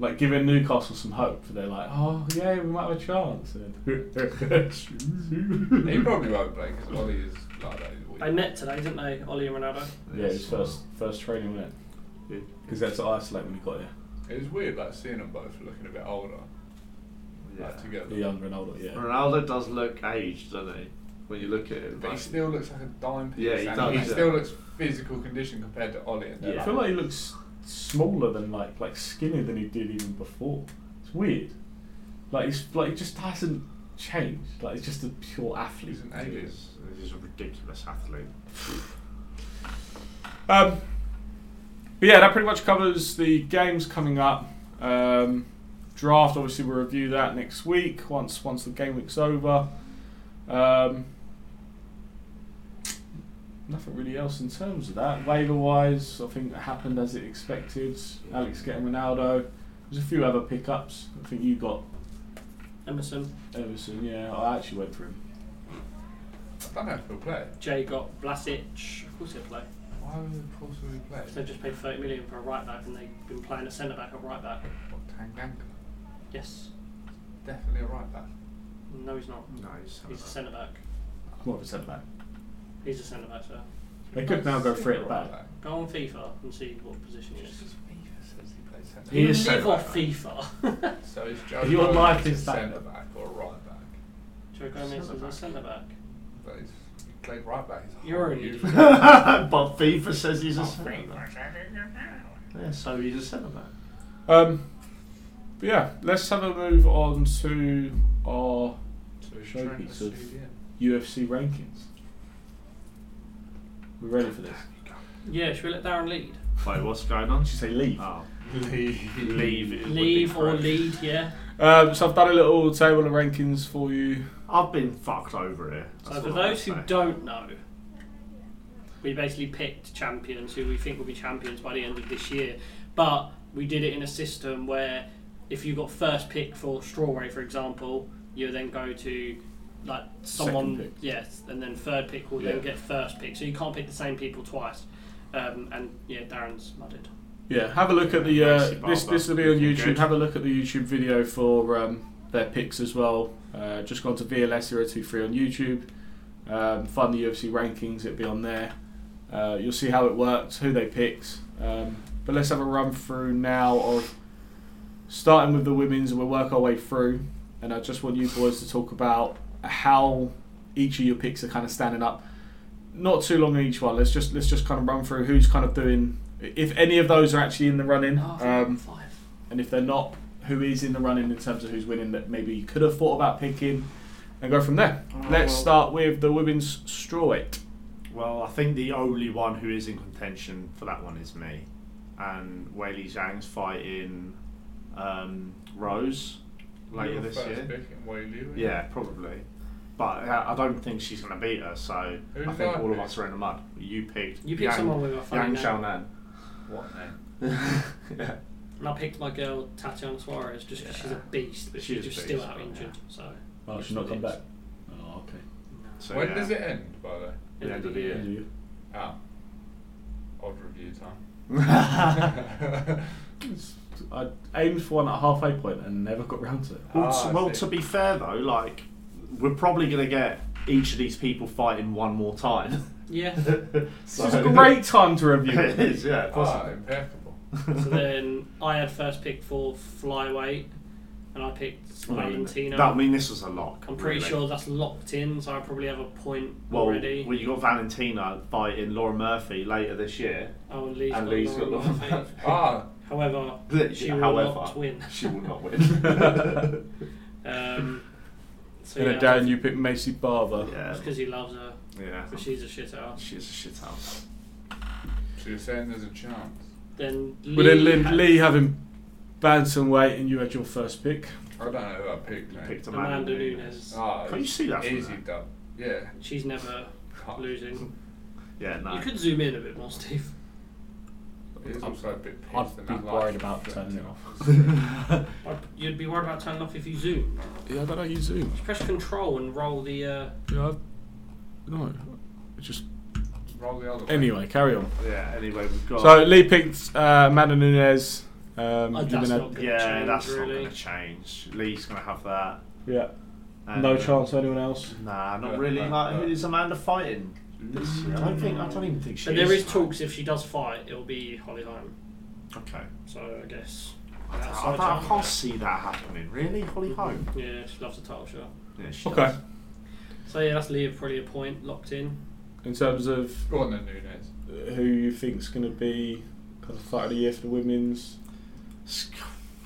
A: Like giving Newcastle some hope. They're like, oh, yeah, we might have a chance. And
D: He probably won't play because Ollie is like that. he's
C: They
D: weak.
C: met today, didn't they, Ollie and Ronaldo?
A: yeah, his first, first training, wasn't it? Because they had to isolate when he got here.
D: It was weird like seeing them both looking a bit older
B: Yeah.
D: like, together.
A: The young Ronaldo, yeah.
B: Ronaldo does look aged, doesn't he? When you look at him,
D: But he
B: like-
D: still looks like a dime piece.
B: Yeah, he
D: and
B: does,
D: He
B: yeah.
D: still looks physical condition compared to Ollie. And they're
B: Yeah.
A: I feel like he looks smaller than like like skinnier than he did even before. It's weird. Like he's like he just hasn't changed. Like he's just a pure athlete.
D: He's an
B: He
D: alien.
B: is- He's a ridiculous athlete.
A: Um, but yeah, that pretty much covers the games coming up. Um, draft, obviously, we'll review that next week once once the game week's over. Um, nothing really else in terms of that. Waiver wise, I think it happened as it expected. Alex getting Ronaldo. There's a few other pickups. I think you got
C: Emerson,
A: Everson. Yeah, I actually went for him.
D: I don't know if he'll play.
C: Jay got Blasic. Of course he'll play.
D: Why would he possibly play?
C: They've just paid 30 million for a right back and they've been playing a centre back at right back.
D: What, Tanganga?
C: Yes.
D: Definitely a right back.
C: No, he's not.
B: No, he's,
C: He's a centre back.
A: More of a centre back.
C: He's a centre back, sir.
A: They could now go free at the
D: Right
A: back.
C: Go on FIFA and see what position he is.
D: Just as FIFA says he plays centre
B: He
C: You
B: is
C: live
B: centre
C: off
B: back.
C: FIFA.
D: back. So is Joe
A: If your
D: Gomez
A: life
D: a
A: is that-
D: centre back or a right back?
C: Joe Gomez is a centre back.
D: But he's he played right back. His
C: You're
D: whole
C: an
D: youth.
C: idiot.
B: but FIFA says he's
D: Oh.
B: a centre back. Yeah, so he's a centre back.
A: Um, but yeah, let's have a move on to our
D: So he's
A: Showpiece
D: trying to
A: of-
D: suit in.
A: UFC rankings. We're ready for this.
C: Yeah, should we let Darren lead?
B: Wait, what's going on?
A: Did you say leave?
B: Oh,
D: Leave.
B: leave. it would be
C: Leave or
B: correct.
C: lead, yeah.
A: Um, so I've done a little table of rankings for you.
B: I've been fucked over here.
C: So
B: That's
C: for
B: all I
C: those who
B: say.
C: don't know, We basically picked champions who we think will be champions by the end of this year. But we did it in a system where if you got first pick for Strawberry, for example, you then go to like someone,
A: Second pick.
C: yes, and then third pick will
A: Yeah.
C: then get first pick. So you can't pick the same people twice. Um, and yeah, Darren's mudded.
A: Yeah, have a look at the
B: Yeah,
A: uh,
B: Maxi Barber.
A: this. This will be on YouTube.
B: Good.
A: Have a look at the YouTube video for um, their picks as well. Uh, just gone to VLS zero two three on YouTube. Um, find the UFC rankings. It'll be on there. Uh, you'll see how it works, who they picked. Um, but let's have a run through now of starting with the women's, and we'll work our way through. And I just want you boys to talk about how each of your picks are kind of standing up not too long on each one. Let's just let's just kind of run through who's kind of doing if any of those are actually in the running,
C: Oh,
A: um,
C: five.
A: and if they're not, who is in the running in terms of who's winning that maybe you could have thought about picking, and go from there.
B: Oh,
A: Let's
B: well.
A: start with the women's strawweight.
B: Well, I think the only one who is in contention for that one is me. And Wei Li Zhang's fighting um, Rose later
D: Your
B: this
D: first
B: year.
D: pick in Wei Liu.
B: Yeah, probably. But uh, I I don't think she's going to beat her, so
D: Who
B: I
D: did
B: think
D: I
B: all of
D: pick?
B: us are in the mud. You picked
C: You picked
B: Yang,
C: someone with a funny
B: Yang
C: name.
B: Xiaonan.
D: What name?
B: yeah.
C: And I picked my girl Tatiana Suarez just 'cause she's a beast, but
B: She is
C: she's,
B: a
C: just
B: beast,
C: still out
B: yeah.
C: injured. So
A: Oh, she's not come back. Oh, okay.
B: So,
D: when
B: yeah.
D: does it end, by the way?
B: The end of the year.
D: Ah, odd review time. Ah,
A: I aimed for one at halfway point and never got round to it.
B: Well,
D: Ah,
B: to,
D: I
B: well
D: see.
B: to be fair though, like we're probably going to get each of these people fighting one more time.
C: Yeah.
A: This is a great time to review
B: It
A: it.
B: is, yeah.
D: ah,
B: possibly.
D: impeccable.
C: so then I had first pick for flyweight, and I picked
B: Well, I mean,
C: Valentino.
B: Oh, That, I mean, this was a lock.
C: I'm pretty
B: really.
C: sure that's locked in, so I probably have a point
B: Well,
C: already.
B: well, you got Valentina fighting Laura Murphy later this year,
C: oh, and Lee's
B: and
C: got
B: Lee's got
C: Lauren
B: Laura
C: Murphy.
B: Murphy.
D: Ah,
C: However, she will
B: However,
C: not win.
B: she will not win.
C: Um, so
A: And
C: yeah,
A: then Dan, you picked Macy Barber.
B: yeah,
C: It's because he loves her,
B: yeah.
C: but she's a shit ass.
B: She's a shit house.
D: so you're saying there's a chance?
C: Then Lee.
A: But then Lynn,
C: had-
A: Lee having bantamweight, and you had your first pick.
D: I don't know who I picked.
B: You
D: Mate.
B: picked Amanda,
C: Amanda
B: Nunes.
C: Nunes.
D: Ah,
B: Can't you
D: it's
B: see that from
D: Easy
B: there?
D: dub. Yeah.
C: She's never
D: God.
C: losing.
B: Yeah, no.
C: You could zoom in a bit more, Steve.
D: It is also a bit pissed
A: I'd
D: and
A: be
D: that
A: worried
D: light
A: about
D: reflecting
A: turning it off.
C: Or You'd be worried about turning off if you zoomed.
A: Yeah, I don't know you zoom.
C: Press control and roll the. Uh,
A: Yeah, no, just
D: Roll the other way.
A: anyway. Carry on.
B: yeah. Anyway, we've got.
A: So Lee picked uh, Amanda Nunes. Um,
C: Oh,
A: you've
C: that's
A: been
C: not
A: had-
C: good.
B: yeah,
C: change,
B: that's not
C: really.
B: going to change. Lee's going to have that.
A: yeah,
B: and-
A: no chance to anyone else.
B: Nah, not
D: Yeah,
B: really.
D: no,
B: like,
D: no.
B: who is Amanda fighting? This year? I don't think. I don't even think she.
C: but there is
B: is
C: talks if she does fight, it'll be Holly Holm.
B: Okay.
C: So I guess.
B: I,
C: that's
B: don't- I
C: her
B: don't- I can't
C: chance.
B: see that happening. Really,
C: Mm-hmm.
B: Holly Holm.
C: Yeah, she loves the title shot.
B: Yeah, she
A: Okay.
B: does.
C: So yeah, that's Leah probably a point locked in.
A: In terms of
D: Go on then, Nunes.
A: who you think's going to be kind of fight of the year for the women's,
B: It's c-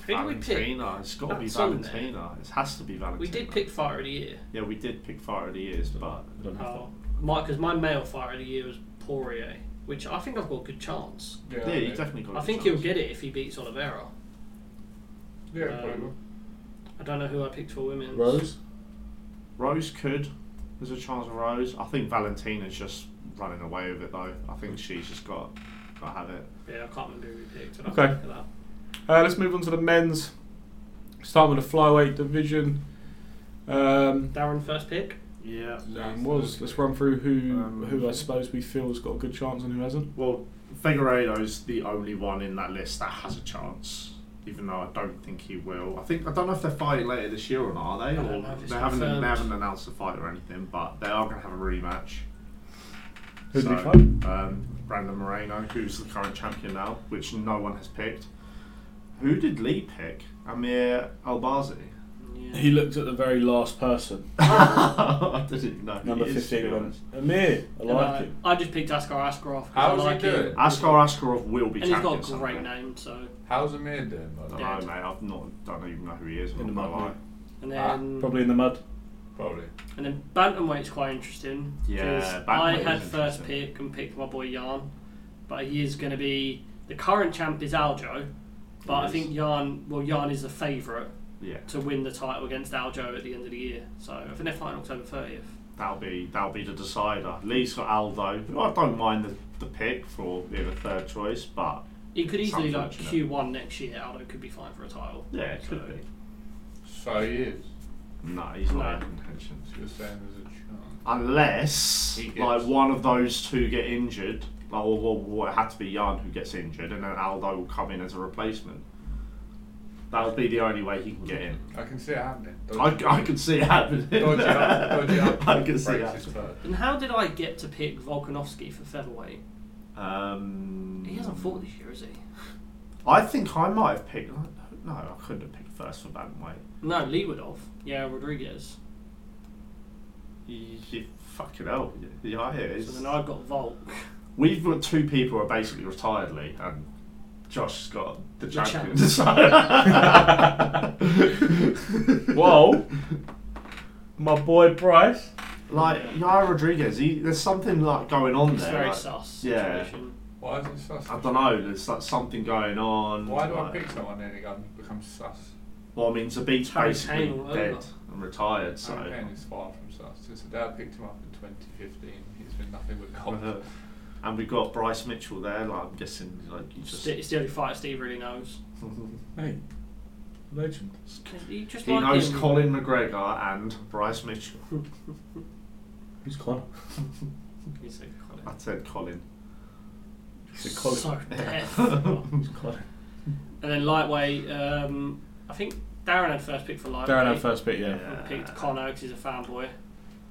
C: Who did we pick?
B: Valentina. It's got to be
C: That's on there.
B: Valentina. It has to be Valentina.
C: We did pick Fighter of the Year.
B: Yeah, we did pick Fire of the Years, but
A: I don't know.
C: Oh, my because my male Fighter of the Year was Poirier, which I think I've got a good chance.
B: yeah, you definitely got.
C: I
B: a
C: think
B: chance.
C: he'll get it if he beats Oliveira.
D: Yeah,
C: Um,
D: probably will.
C: I don't know who I picked for women's.
A: Rose.
B: Rose could. There's a chance of Rose. I think Valentina's just running away with it though. I think she's just got got to have it.
C: Yeah, I can't remember who we picked. I don't
A: Okay.
C: Look at that.
A: Uh, let's move on to the men's. Starting with the flyweight division. Um,
C: Darren first pick.
B: Yeah.
A: and was let's run through who
B: Um,
A: who I suppose we feel has got a good chance and who hasn't.
B: Well, Figueredo's the only one in that list that has a chance. Even though I don't think he will. I think I don't know if they're fighting later this year or not. Are they?
C: I don't
B: Or
C: know if it's
B: they haven't
C: confirmed.
B: they haven't announced the fight or anything, but they are going to have a rematch.
A: Who do we
B: So,
A: fight?
B: Um, Brandon Moreno, who's the current champion now, which no one has picked. Who did Lee pick? Amir Albazi.
C: Yeah.
A: He looked at the very last person,
B: I didn't know. who
A: number
B: he is, to
A: fifteen.
B: be
A: Went,
B: honest.
A: Amir, I
C: And
A: like
C: I-
A: it.
C: I just picked Askar Askarov. 'cause
D: How
C: I
D: does he
C: like
D: do
C: him.
D: it?
B: Askar Askarov will be
C: And he's got
B: champion.
C: a great
B: someday.
C: name, so.
D: How's Amir doing, by the
B: I
D: way?
B: don't know, mate. I've not, don't even know who he is. I'm
A: In the
B: not gonna
A: mud,
B: lie.
C: And
D: Ah,
C: then,
A: Probably in the mud.
D: Probably.
C: and then bantamweight's quite interesting. 'cause
B: Yeah,
C: I
B: bantamweight
C: had
B: is
C: first
B: interesting.
C: pick and picked my boy Yarn, but he is going to be the current champ is Aljo,
B: He
C: but I
B: is.
C: think Yarn well Yarn is the favourite
B: Yeah.
C: to win the title against Aljo at the end of the year. So I think they're fighting October thirtieth.
B: that'll be that'll be the decider. Lee's got Aldo. who I don't mind the, the pick for being a third choice, but
C: It could easily like
B: Unfortunate.
C: Q one next year. Aldo could be fine for a title.
B: yeah, it could be.
D: So he is.
B: No, he's not in
C: No.
B: contention.
D: So you're saying there's a chance.
B: Unless
D: He gets-
B: like one of those two get injured, like or, or, or it had to be Jan who gets injured, and then Aldo will come in as a replacement. That would be the only way he can get in.
D: I can see it happening.
B: I, I could see it happening.
D: Dodge it up, dodge it up.
B: I could see it.
D: Breaks his
B: happening.
D: third.
C: And how did I get to pick Volkanovski for featherweight?
B: Um,
C: He hasn't fought this year, has he?
B: I think I might have picked. No, I couldn't have picked first for bantamweight.
C: No, Lee would have. Yeah, Rodriguez.
B: You, you fucking hell. Yeah, it
C: So
B: is.
C: then I've got Volk.
B: We've got two people who are basically retired, Lee, and Josh has got the,
C: The
B: champion.
C: champ.
A: Whoa. My boy Bryce.
B: Like Yaya Rodriguez, he, there's something like going on
C: It's
B: there.
C: very
B: like-
C: sus.
B: yeah.
C: Situation.
D: Why is it sus?
B: I don't know. There's like something going on.
D: Why do I
B: like-
D: pick someone and it gun- becomes sus?
B: Well, I mean, Zabit's
C: Harry
B: basically
C: Kane all
B: dead
C: over.
B: and retired,
D: So.
B: so.
D: Kane is far from sus. Since the day I picked him up in 2015, he's been nothing but gold.
B: Uh, And we got Bryce Mitchell there. Like I'm guessing, like you just
C: St- It's the only fighter Steve really knows.
A: Hey, legend.
C: 'Cause He just
B: he
C: like
B: knows
C: him.
B: Colin McGregor and Bryce Mitchell.
A: Who's Connor?
C: He said Colin.
B: I said Colin.
A: Is it Colin?
C: So deaf. and
A: Who's Connor?
C: then lightweight. Um, I think Darren had first pick for lightweight.
A: Darren had first pick, yeah.
B: Yeah.
C: I picked Connor because he's a fanboy.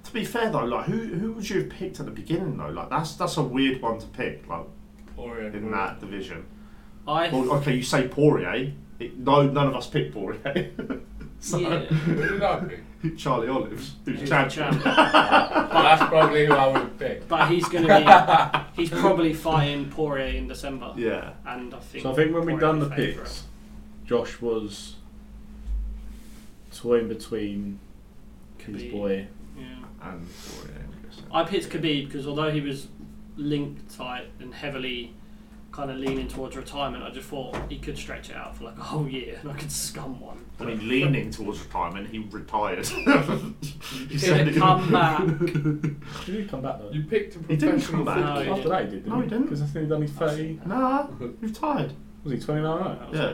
B: To be fair though, like who who would you have picked at the beginning though? Like that's that's a weird one to pick. Like
D: Poirier.
B: in that division.
C: I
B: Well, okay, you say Poirier. It, no, none of us picked Poirier. so,
D: Who
C: yeah.
D: did I pick?
B: Charlie Olives, who's
C: He's the
B: champion.
C: champ.
D: That's probably who I would have picked.
C: But he's going to be. He's probably fighting Poirier in December.
B: Yeah.
C: And I think.
A: So I think when we
C: Poirier's
A: done the
C: favourite.
A: picks, Josh was toying between his
C: Khabib.
A: boy.
C: Yeah.
B: And Poirier, I'm guessing.
C: I picked Khabib because although he was linked tight and heavily kind of leaning towards retirement, I just thought he could stretch it out for like a whole year and I could scum one.
B: I mean, leaning towards retirement, he retired. he
C: Did it come back?
A: Did he come back though?
D: You picked a
B: He didn't come
D: professional
B: back.
C: No, he
A: After
C: didn't.
A: that, he did.
B: No, he didn't.
A: Because I think he done his 30.
B: Nah, retired.
A: Was he 29 right?
B: Yeah.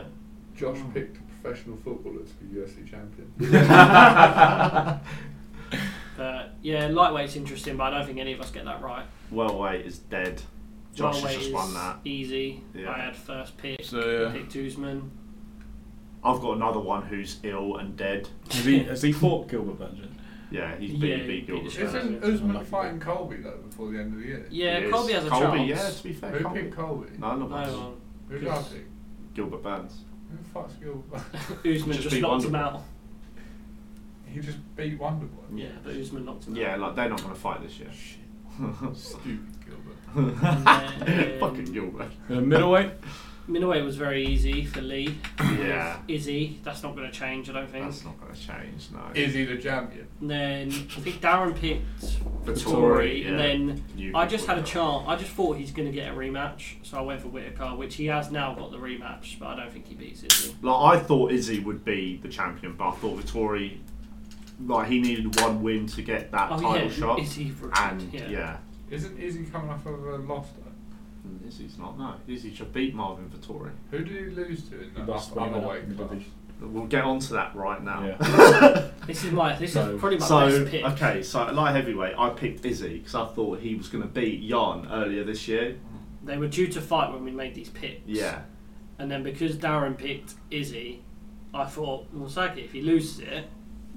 D: Josh picked a professional footballer to be UFC champion.
C: But yeah, lightweight's interesting, but I don't think any of us get that right.
B: Wellweight is dead. Josh has
C: Lightweight
B: just
C: is
B: won that.
C: Easy.
B: Yeah.
C: I had first pick.
A: So, yeah.
C: Picked Usman.
B: I've got another one who's ill and dead.
A: Has he, has he fought Gilbert Benjamin?
B: Yeah, he's
C: Yeah,
B: beat,
C: he
B: beat
C: beat the
B: Gilbert.
C: shit out of
B: Burns.
C: him.
D: Isn't Usman
A: Unlucky.
D: fighting Colby though before the end of the year?
C: Yeah,
B: He is.
C: Colby has a
B: Colby,
C: chance.
B: yeah, to be fair.
D: Who
B: Colby.
D: picked Colby?
B: None
C: No
B: of us.
C: one.
D: Who did I
C: Yes.
D: pick?
B: Gilbert Burns.
D: Who the fuck's Gilbert?
C: Usman
B: Just
C: just,
B: beat
C: knocked him
B: Wonderboy.
C: out.
D: he just beat Wonderboy.
C: Yeah, but Usman knocked him
B: Yeah,
C: out.
B: like they're not going to fight this year.
D: Stupid Gilbert.
C: then-
B: Fucking Gilbert.
A: Uh, middleweight?
C: Minoway was very easy for Lee.
B: Yeah,
C: Izzy, that's not going to change, I don't think.
B: that's not going to change. No.
D: Is he the champion?
C: And then I think Darren picked
B: Vittori,
C: and
B: yeah.
C: then
B: You
C: I
B: picked
C: just had a
B: Whittaker.
C: chance. I just thought he's going to get a rematch, so I went for Whitaker, which he has now got the rematch, but I don't think he beats it.
B: Like I thought Izzy would be the champion, but I thought Vittori, like he needed one win to get that
C: Oh,
B: title
C: yeah,
B: shot,
C: Izzy for
B: and
C: yeah.
B: yeah.
D: Isn't Izzy coming off of a loss though?
B: And Izzy's not no. Izzy just beat Marvin Vittori.
D: Who did he lose to in
A: He
D: that
A: lost
D: upper
A: runner-up
D: weight
A: in the
D: class?
A: division.
B: We'll get onto that right now.
C: This is my. This
A: So-
C: is probably my
B: So
C: best pick.
B: okay, so at light heavyweight, I picked Izzy because I thought he was going to beat Jan earlier this year.
C: They were due to fight when we made these picks.
B: Yeah,
C: And then because Darren picked Izzy, I thought, well, Saki, if he loses it,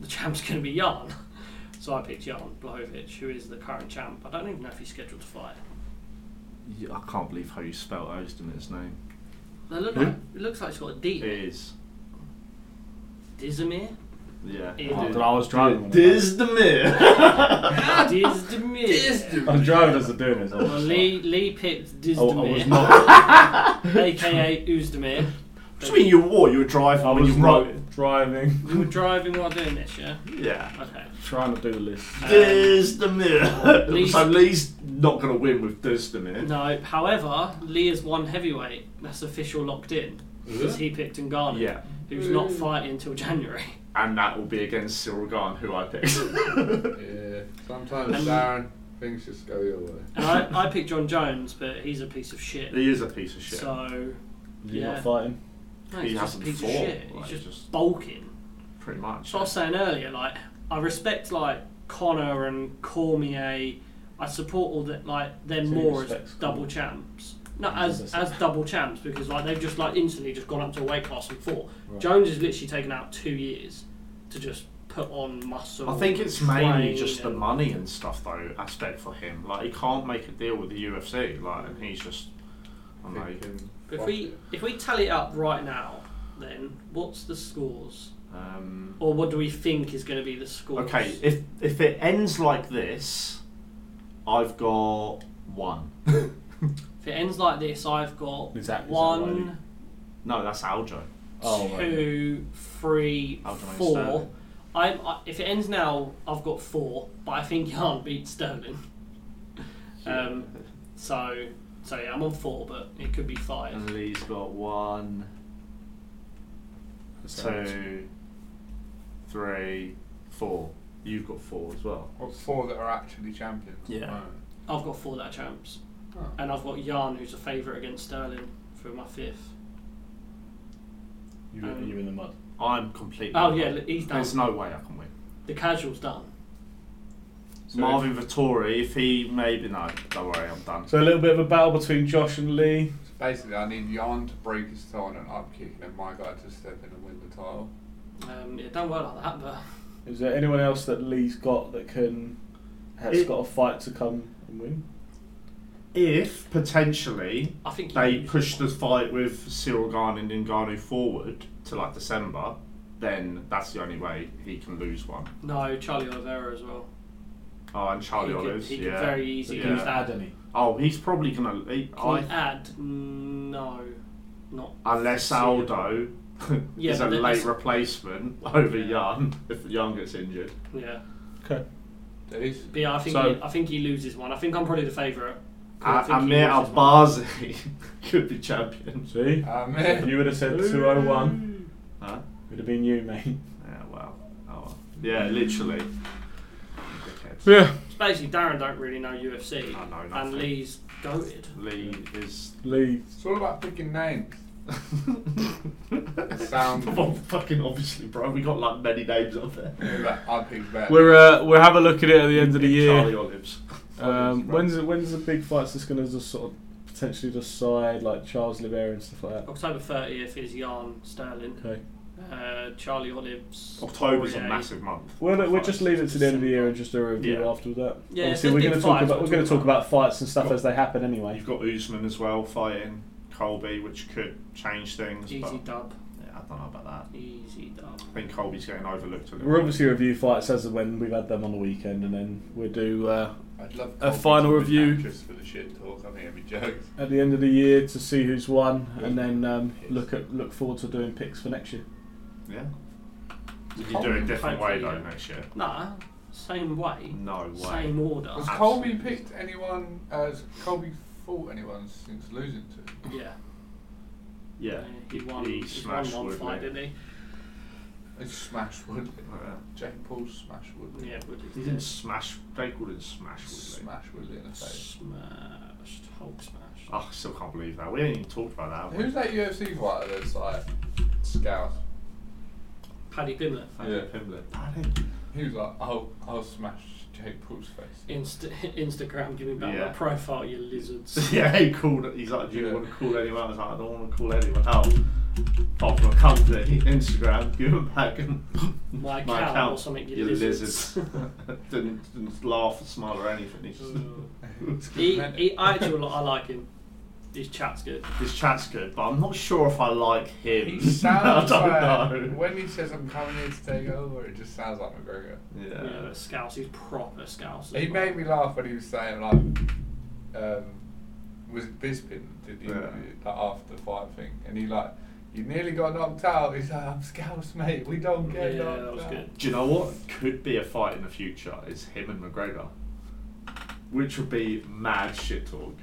C: the champ's going to be Jan. So I picked Jan Blahovic, who is the current champ. I don't even know if he's scheduled to fight.
B: Yeah, I can't believe how you spelled Ozdemir name.
C: They look
A: Who?
C: like, it looks like it's got a D.
B: It is.
C: Dizemir?
B: Yeah.
C: It
A: Oh, I
C: is.
A: dunno, I was driving. when I-
C: Dizdemir.
A: I was driving as I was doing this. I was
C: Well,
A: just
C: Lee, Lee picked
A: like- Oh, I was
C: Dizdemir,
A: not.
C: aka Uzdemir.
B: What do you mean you wore? You were driving
A: I
B: when you
A: was
B: wrote
A: not driving.
C: You were driving while doing this, yeah?
B: it. Yeah.
C: Okay.
A: Trying to do the list.
C: Um,
B: Dizdemir.
C: Lee's-
B: so Lee's not going to win with Dizdemir.
C: No, however, Lee has won heavyweight. That's official locked in. Because he picked Ngannou,
B: Yeah.
C: who's not fighting until January.
B: and that will be against Cyril Garn, who I picked.
D: Yeah. Sometimes Darren things just go your way.
C: And I, I picked John Jones, but he's a piece of shit.
B: He is a piece of shit.
C: So
A: You're
C: Yeah.
A: not fighting.
C: no,
B: He
C: he's just a
B: hasn't
C: piece of
B: fought,
C: shit.
B: like,
C: he's just,
B: just-
C: bulking.
B: Pretty much.
C: That's what I was saying earlier. Like I respect like Connor and Cormier. I support all that. Like them
A: So you
C: more as
A: respect
C: double
A: Connor?
C: champs. No, as
A: Understand.
C: as double champs because like they've just like instantly just gone up to a weight class and fought.
A: Right.
C: Jones has literally taken out two years to just put on muscle.
B: I think it's mainly
C: train,
B: just the
C: and-
B: money and stuff though aspect for him. Like he can't make a deal with the UFC. Like and he's just, I don't know.
D: Thinking,
C: But if
D: fuck
C: we
D: it.
C: if we tally it up right now, then what's the scores?
B: Um,
C: Or what do we think is going to be the scores?
B: okay, if if it ends like this, I've got one.
C: If it ends like this, I've got
A: Is that- is that
C: one,
A: right?
B: No, that's Aljo.
A: Oh, right.
C: two, three,
B: I'll join
C: four.
B: Sterling.
C: I'm, I, if it ends now, I've got four, but I think Yarn beat Sterling. Um, so, so yeah, I'm on four, but it could be five.
A: Mm-hmm.
B: And Lee's got one, two, three, four. You've got four as well.
D: What four that are actually champions? at the
B: Yeah.
D: moment?
C: I've got four that are champs,
D: Oh.
C: and I've got Yarn, who's a favourite against Sterling, for my fifth.
A: You, in- you in the mud.
B: I'm completely.
C: Oh yeah, look, he's done.
B: There's no way I can win.
C: The casual's done.
D: So
B: Marvin Vittori, if he maybe no, don't worry, I'm done.
A: So a little bit of a battle between Josh and Lee.
D: it's basically, I need Yarn to break his tie on an upkick, and then my guy to step in and win the title.
C: Um, yeah, don't work like that, but
A: Is there anyone else that Lee's got that can has
B: It-
A: got a fight to come and win?
B: If potentially
C: I think you
B: they
C: lose.
B: push the fight with Cyril Garn and Ngannou forward to like December, then that's the only way he can lose one.
C: No, Charlie Oliveira as well.
B: Oh, and Charlie
C: he could,
B: Olives,
C: he
B: yeah.
C: could very easily
B: Yeah.
C: lose that. Can
B: Oh, he's probably gonna. He,
C: I,
B: I,
C: add? No, not
B: unless
C: foreseeable.
B: Aldo
C: Yeah,
B: is a
C: but then
B: late
C: that's-
B: replacement over
C: Yeah.
B: Young if Young gets injured.
C: Yeah,
A: Okay.
D: So he's
C: but yeah, I think
A: So-
C: he, I think he loses one. I think I'm probably the favourite. I
B: A-
C: think he
B: Amir Al
C: loses one.
B: Bazi could be champion.
A: See?
D: um,
A: If you would have said 201,
B: Huh?
A: it would have been you, mate.
B: Yeah, wow. Oh, well. Yeah, literally. Dickhead.
A: Yeah.
C: It's basically Darren don't really know UFC,
B: I know
C: and
B: nothing.
C: Lee's goaded.
B: Lee is.
A: Lee.
D: It's all about picking names. Sound.
B: Well, fucking obviously, bro. We got like many names up there.
D: Like, I picked better.
A: We're, uh, we'll have a look at it at the end of the
B: Charlie
A: year.
B: Olives.
A: Um, when's, the- when's the big fights that's going to just sort of potentially decide, like Charles Oliveira and stuff like that?
C: October 30th is Yarn Sterling,
A: Okay.
C: uh, Charlie Olives. eh?
B: October's a
C: Poirier.
B: massive month.
A: We'll, we'll just leave it to the end of the year and just do a review
B: Yeah.
A: after that.
C: Yeah,
A: Obviously,
C: it's
A: we're
C: big
A: going to talk
C: fights
A: about
C: we'll
A: we're going to
C: talk
A: talk
C: about.
A: about fights and stuff
B: Cool.
A: as they happen anyway.
B: You've got Usman as well fighting Colby, which could change things.
C: Easy
B: but,
C: dub,
B: yeah, I don't know about that.
C: easy dub.
B: I think Colby's getting overlooked a little.
A: We'll obviously review fights as and when we've had them on the weekend, and then we'll do uh,
D: I'd love
A: A
D: Colby
A: final
D: to win that
A: review.
D: Just for the shit talk, I think it'd be jokes.
A: at the end of the year to see who's won, and then um, look at look forward to doing picks for next year.
B: Yeah. You can do it a different way though
C: Hopefully, yeah.
B: next year.
C: Nah, same way,
B: No way.
C: same order.
A: Ah,
D: Has
B: Absolutely.
D: Colby picked anyone? uh, Has Colby fought anyone since losing to?
C: Yeah.
B: Yeah.
C: He won,
B: He
C: he
B: smashed
C: won one
B: Woodley.
C: fight, didn't
D: It's Smashwood.
B: Yeah.
D: Jake Paul Smashwood.
C: he? Yeah,
B: He
C: Woodley.
B: didn't smash. Jake Paul didn't smash Woodley.
D: Smashwood in the face.
C: Smashed. Hulk smashed.
B: Oh, I still can't believe that. We haven't even talked about that. have we?
D: Who's that UFC fighter that's like scout?
C: Paddy Pimlet.
B: Paddy
D: Yeah.
B: Pimblett.
D: He was like, I'll, I'll smash Jake Paul's face.
C: Insta- Instagram, give me back
B: Yeah.
C: my profile, you lizards.
B: yeah, he called. He's like, do you
D: Yeah.
B: want to call anyone? I was like, I don't want to call anyone out. Apart from a company, Instagram, give him back and
C: My cow or something, you lizards.
B: didn't, didn't laugh or smile or anything. He just,
C: he, he, I actually li- I like him. His chat's good.
B: His chat's good, but I'm not sure if I like him.
D: He sounds
B: I don't
D: like
B: know.
D: when he says I'm coming here to take over, it just sounds like McGregor.
B: yeah.
C: Yeah, but Scouse, he's proper Scouse. as
D: He
C: well.
D: made me laugh when he was saying like, um, was it Bispin did the
B: Yeah.
D: interview like, after the fight thing, and he like, you nearly got knocked out. He's like, I'm scouts, mate. We don't
C: Yeah,
D: get knocked
C: that was
D: out.
C: good.
B: Do you know what could be a fight in the future? Is him and McGregor, which would be mad shit talk.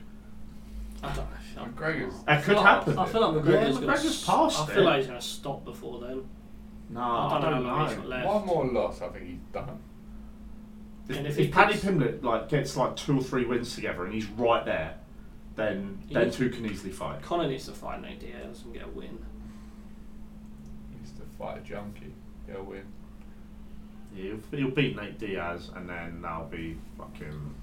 C: I don't know.
D: McGregor's-
B: That
C: I feel
B: could
C: like-
B: happen.
C: I feel like
B: Yeah,
C: McGregor's, gonna
B: McGregor's
C: s-
B: past
C: I feel
B: it.
C: like he's going to stop before then.
B: No,
C: Ah, I don't know. He's got left.
D: One more loss, I think he's done.
B: If,
C: And if
B: if,
C: he
B: Paddy
C: puts-
B: Pimblett like gets like two or three wins together and he's right there, then
C: He
B: then
C: needs-
B: two can easily fight.
C: Connor needs to fight Nate Diaz and get a win.
D: He used to fight a junkie. He'll win.
B: He'll, he'll beat Nate Diaz and then that'll be fucking.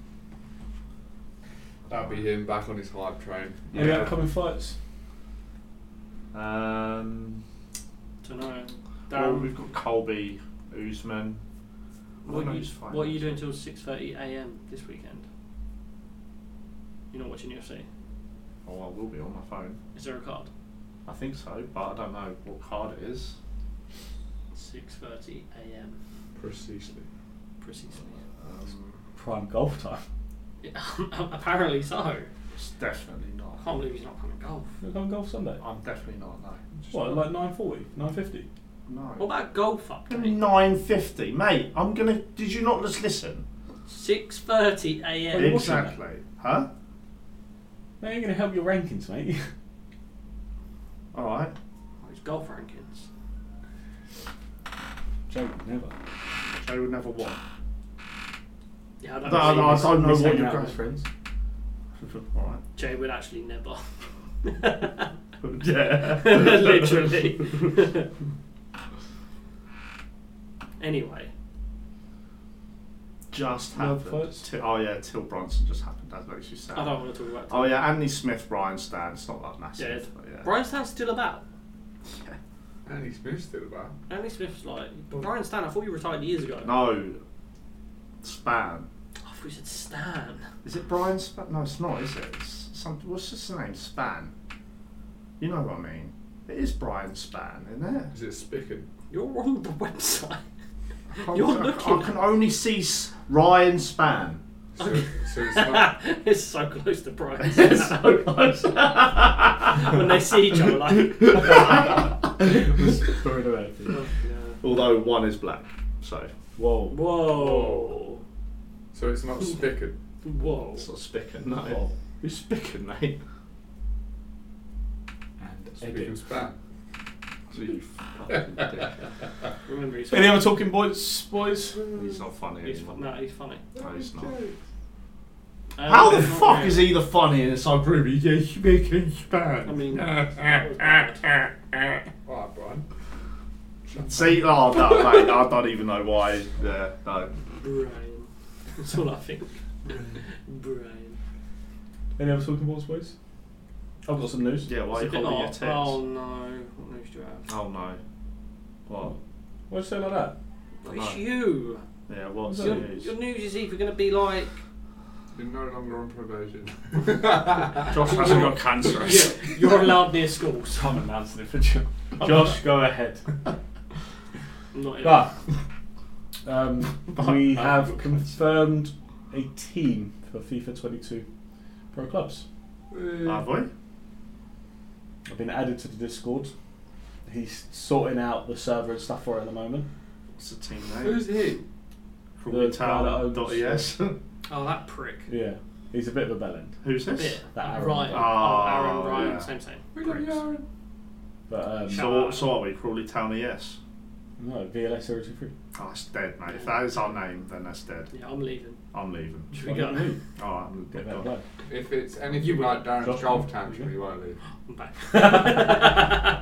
D: That'll be him back on his hype train.
A: Any
B: Yeah.
A: upcoming fights?
B: Um,
C: Don't know.
B: well,
C: Darren,
B: we've got Colby Usman.
C: what, are
B: No,
C: you,
B: it's fine.
C: what are you doing till six thirty a.m. this weekend? You're not watching UFC.
B: Oh, I will be on my phone.
C: Is there a card?
B: I think so, but I don't know what card it is.
C: Six thirty a.m.
D: Precisely.
C: precisely.
B: Um,
A: Prime golf time.
C: Yeah, apparently so.
B: it's definitely
C: I
B: not.
C: can't believe he's not coming golf.
A: We're going golf Sunday.
B: I'm definitely not. No. Just
A: What, like
B: not.
A: 9.40, 9.50?
C: What
B: No.
C: about golf update?
B: Nine fifty, mate. I'm gonna. Did you not just listen?
C: Six thirty a.m.
A: Big- watching
B: Exactly. Huh?
A: That ain't going to help your rankings, mate.
B: All right.
C: Oh, It's golf rankings.
A: Joke, never.
B: Jay would never won.
C: Yeah, I
B: No,
C: don't
B: no,
C: see
B: I
C: this.
B: don't know
A: Miss
B: what
A: hanging
B: you're
A: out
B: going.
A: with friends.
B: All right.
C: Jay would actually never.
B: Yeah.
C: Literally. anyway,
B: just
A: No
B: happened.
A: votes.
B: Ti- oh yeah, Till Bronson just happened. That makes you sad.
C: I don't want to talk about.
B: Oh yeah, Anthony Smith, Brian Stan. It's not that
C: Dead.
B: massive. but Yeah.
C: Brian Stan's still about.
B: Yeah.
D: And he's been still about.
C: Anthony Smith's like Brian Stan. I thought you retired years ago.
B: No. Span.
C: I thought you said Stan.
B: Is it Brian Span? No, it's not. Is it? It's some. What's his name? Span. You know what I mean. It is Brian Span, isn't it?
D: Is it Spicken?
C: You're on the website.
B: I can't-
C: You're
B: I-
C: looking.
B: I can only see S- Ryan Span.
D: So, so it's not.
C: it's so close to Brian. Stan.
B: It's so close.
C: when they see each other, like. oh,
B: Although one is black, so
A: Whoa.
C: Whoa.
D: So it's not Spicken.
C: Whoa.
B: it's not Spicken. No,
A: Whoa.
B: who's Spicken, mate?
A: And
D: Spicken Span.
B: So you fucking dick.
C: Remember, he's
A: Any other talking points, boys?
B: He's not funny
C: He's, fu-
B: anymore.
C: no, he's funny.
B: No, he's not.
C: Um,
B: How the
C: it's not
B: fuck
C: really-
B: is he the funniest? I'm really just making span.
C: I mean, that was bad.
D: Alright, Brian.
B: see, oh no, mate, I don't even know why. Yeah, no.
C: Brian. That's all I think. Brian.
A: Any other talking points, boys? I've got some news.
B: Yeah, why are you
C: It's a bit
B: holding your
C: odd.
B: tits?
C: Oh no. What news do you have?
B: Oh, no. What?
A: Why'd you say like that?
C: But
B: no.
C: it's you.
B: Yeah, what's
A: Your-
B: the
C: Your,
B: news?
C: your news is either going to be like.
D: You're no longer on probation.
B: Josh hasn't got cancer.
C: Yeah, you're allowed near schools.
A: I'm announcing it for Josh. Josh, go ahead.
C: I'm not in.
B: Ah.
A: But um, we have confirmed a team for FIFA 22 Pro Clubs.
B: Have we?
A: I've been added to the Discord. He's sorting out the server and stuff for it at the moment.
B: What's the team
D: Who's
B: name?
D: he?
A: The guy that owns-
B: Probablytown.es.
C: Oh, that prick.
A: Yeah, he's a bit of a bellend.
B: Who's
C: A
B: this?
C: bit.
A: That Aaron.
C: Ryan.
B: Oh,
C: Aaron Ryan.
B: yeah.
C: Same, same.
D: We love you, Aaron.
A: But um,
C: Shut-
B: So, what- so are we? Probably Town ES.
A: no, VLS 023.
B: Oh, that's dead, mate. If that is our name, then that's dead.
C: Yeah, I'm leaving.
B: I'm leaving.
C: Should we go? I'm
B: Oh, I'm
A: Get
B: gone.
A: that bloke.
D: If it's anything like Darren's
A: Josh.
D: golf tantrum, he won't leave.
C: back.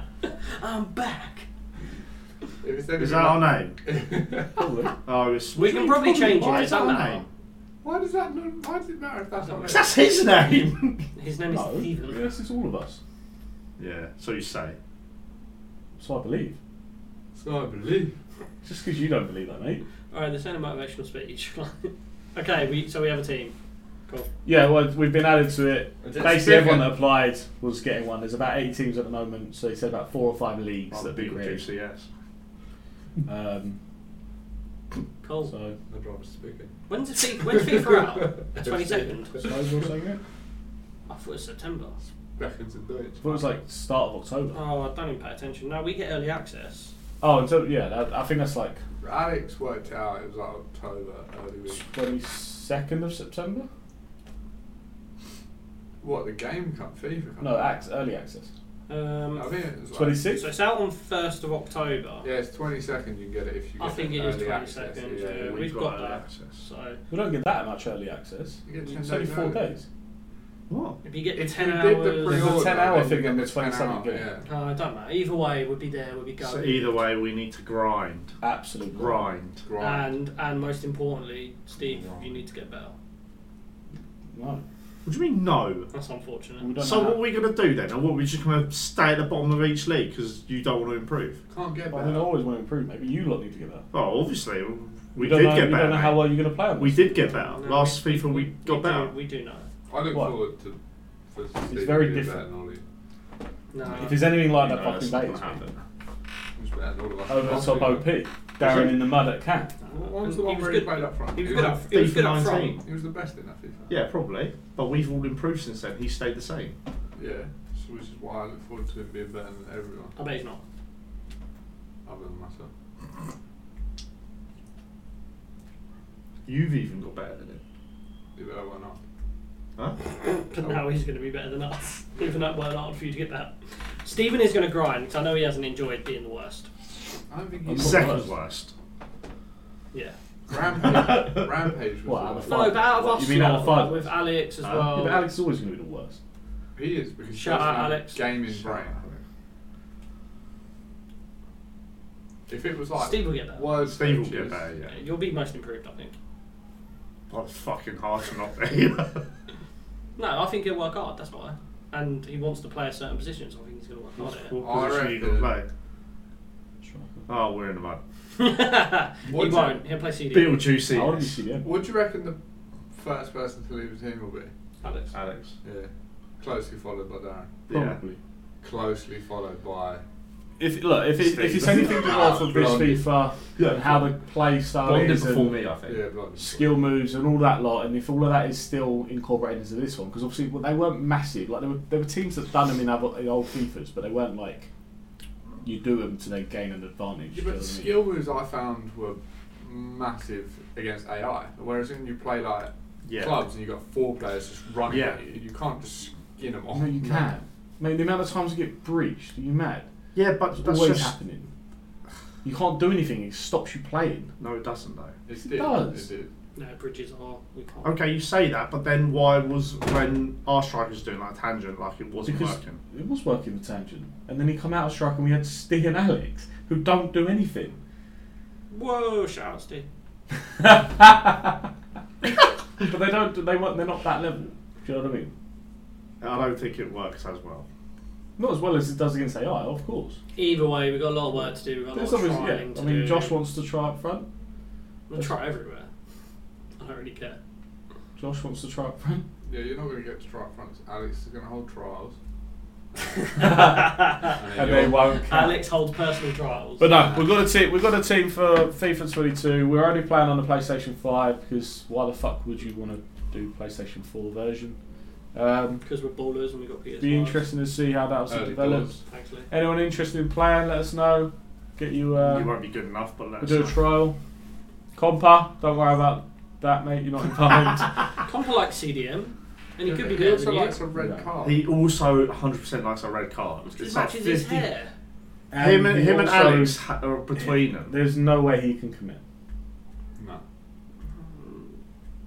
C: I'm back.
D: If it's
B: Is
D: anything
B: that our name?
D: like-
A: Probably.
B: Oh, it's,
C: We can probably change it.
B: Why
C: It's
B: is that
C: on
B: our
C: that
B: name?
D: Why does that? not- Why does it matter if that's not
B: Because
D: it?
B: that's his name.
C: His name
A: No,
C: is Stephen.
A: VLS is all of us.
B: yeah. So you say.
A: So I believe.
D: So I believe.
A: Just because you don't believe that, mate.
C: All right, the same motivational speech. okay, we so we have a team. Cool.
A: Yeah, well, we've been added to it.
D: Is it
A: Basically,
D: Spigen?
A: everyone that applied was getting one. There's about eight teams at the moment, so he said about four or five leagues
B: Oh,
A: that be
B: big
A: created.
B: juicy yes.
A: Um,
C: Cool.
A: so,
D: The drum's speaking.
C: When's the FIFA, when's FIFA out? The twenty second.
A: so I was all saying it.
C: I thought it was September.
D: Back into Deutsch.
A: I thought it was like start of October.
C: Oh, I don't even pay attention. No, we get early access.
A: Oh, until yeah, that, I think that's like
D: Alex worked out it was like October early week.
A: 22nd of September.
D: What the game come FIFA? Come
A: No, ac early access.
B: uh,
C: Um,
D: I'll be in it as well.
A: 26?
C: so it's out on first of October.
D: Yeah, it's 22nd. You can get it if you. Get
C: I think
D: it
C: it is
D: early
C: 22nd,
D: access,
C: yeah.
D: yeah.
C: We've got
B: early
C: that.
B: access.
C: So
A: We don't get that much early access.
D: You get
A: It's
D: 10 days
A: only four
D: early.
A: days.
B: What?
C: if you get the
D: If
C: ten
D: you
C: hours,
D: did the
A: There's a
D: pre-order,
A: 10 hour
D: then you
A: thing
D: get
A: on the
D: the 10
A: 22nd,
D: hour,
A: yeah.
D: yeah.
C: Oh, it don't matter. Either way, we'd be there. We'd be going.
B: So either way, we need to grind.
A: Absolutely.
B: Grind.
D: Grind.
C: And and most importantly, Steve,
B: Wrong.
C: you need to get better.
A: No.
B: What do you mean no?
C: That's
A: We
C: unfortunate.
A: don't
B: So
A: know
B: what
A: how-
B: are we gonna do then? Are what we just gonna stay at the bottom of each league because you don't want to improve?
D: Can't get
A: I think I
D: better.
A: always want to improve. Maybe you lot need to get better.
B: Oh, obviously we,
A: don't
B: did
A: know,
B: get
A: we
B: better.
A: don't know how
B: mate.
A: well you're going to play on
B: we
A: this.
B: did get better.
C: No,
B: Last FIFA we got
C: we
B: better.
C: Do, we do know.
D: I look
A: What?
D: forward to. For Steve
A: very
D: to be
A: different.
D: Better than Ollie.
C: No.
A: If there's anything like
B: You
A: that
B: know,
A: fucking
B: that's not
A: day, it's
B: gonna
A: been
B: happen.
D: He's better than all of us.
A: over the
D: Last
A: top
D: year.
A: OP. Darren in the mud at camp.
D: What was the
C: He
D: one
C: was
D: where he
C: good.
D: played up front?
C: He was
D: He
C: good
D: was
C: up,
D: like
C: he was
B: FIFA
C: good up front.
B: 19.
D: He was the best in that FIFA.
B: Yeah, probably. But we've all improved since then. He stayed the same.
D: Yeah. So which is why I look forward to him being better than everyone
C: I bet he's not.
D: other than myself.
B: You've even got better than him.
D: Yeah, but I went up.
B: Huh?
C: But now he's going to be better than us. Even that weren't hard for you to get that. Stephen is going to grind because I know he hasn't enjoyed being the worst.
D: I don't think
A: I'm
D: he's
B: Second worst.
C: Yeah.
D: Rampage. Rampage was
A: What,
D: the
A: out of
D: worst.
C: No, but out of
A: What,
C: us,
A: you mean
C: lot,
A: out of five
C: like,
A: of us?
C: with Alex as
B: Uh,
C: well.
A: Yeah, but Alex is always going to be the worst.
D: He is because he
C: Shout
D: doesn't
C: out,
D: have
C: Alex.
D: Gaming
B: Shout
D: brain.
B: out,
D: If it was like
C: Steve will get better.
D: Word
B: Steve will
D: searches,
B: get better. Yeah.
C: You'll be most improved, I think.
B: Oh, it's fucking hard to not be.
C: No, I think he'll work hard. That's why. And he wants to play a certain position, so I think he's going to work hard at it.
B: What position are you gonna play? Oh, we're in the mud.
C: he
D: What's
C: won't. He'll play CD.
A: I want to be
B: Beetlejuice.
A: CDM.
D: What do you reckon the first person to leave the team will be?
C: Alex.
B: Alex.
D: Yeah. Closely followed by Darren.
B: Yeah.
A: Probably.
D: Closely followed by
A: If look, if, it, if it's anything to
D: Ah,
A: off of this
D: Blondie.
A: FIFA
B: Yeah.
A: and how the play style
B: Bond
A: is
B: did before
A: and
B: me, I think.
D: yeah, bloody
A: skill moves and all that lot, and if all of that is still incorporated into this one, because obviously well, they weren't massive. Like there were, there were teams that done them in other, in old FIFAs, but they weren't like you do them to then gain an advantage. do
D: Yeah,
A: you know
D: but
A: what I mean?
D: skill moves I found were massive against AI. Whereas when you play like
B: Yeah.
D: clubs and you got four players just running
B: Yeah.
D: at you, you can't just skin them off.
A: No,
B: Mm.
A: you can. Mate, the amount of times you get breached, are you mad?
B: Yeah, but
A: It's
B: that's
A: always
B: just.
A: happening. You can't do anything, it stops you playing.
B: No, it doesn't though.
D: It's
A: It
D: did,
A: does.
D: It did.
C: No, Bridges are. We can't.
B: Okay, you say that, but then why was when our striker was doing like tangent, like it wasn't
A: Because
B: working?
A: it was working the tangent. And then he come out of strike and we had Steve and Alex, who don't do anything.
C: Whoa, shout out, Steve.
A: but they don't they weren't they're not that level. Do you know what I mean?
B: I don't think it works as well.
A: Not as well as it does against AI, of course.
C: Either way, we've got a lot of work to do. We've got a
A: There's
C: lot of
A: obviously
C: trying
A: yeah.
C: to
A: I mean
C: do.
A: Josh wants to try up front.
C: We'll try everywhere. I don't really care.
A: Josh wants to try up front.
D: Yeah, you're not going to get to try up front. Alex is going to hold trials.
A: And they won't count.
C: Alex holds personal trials.
A: But no, we've got a team. We've got a team for FIFA 22. We're only playing on the PlayStation 5 because why the fuck would you want to do PlayStation 4 version? Um,
C: because we're ballers and we've got Peter's.
A: be interesting to see how that also
D: Early
A: develops.
D: Uh, doors.
C: Actually.
A: Anyone interested in playing? Let us know. Get you.
B: you
A: Uh,
B: won't be good enough, but
A: we'll
B: let's.
A: do a trial. Compa, don't worry about that, mate. You're not involved.
C: Compa likes CDM, and he
D: Yeah,
C: could
D: but
C: be
D: He
C: better
D: also
C: than you.
D: likes a red
A: Yeah.
D: card.
B: he also 100% likes a red card.
C: It
B: It's like
C: matches his
B: 50
C: hair.
B: Him and,
A: he
B: him and
A: also-
B: Alex ha- are between them.
A: There's no way he can commit.
D: No.
C: Hmm,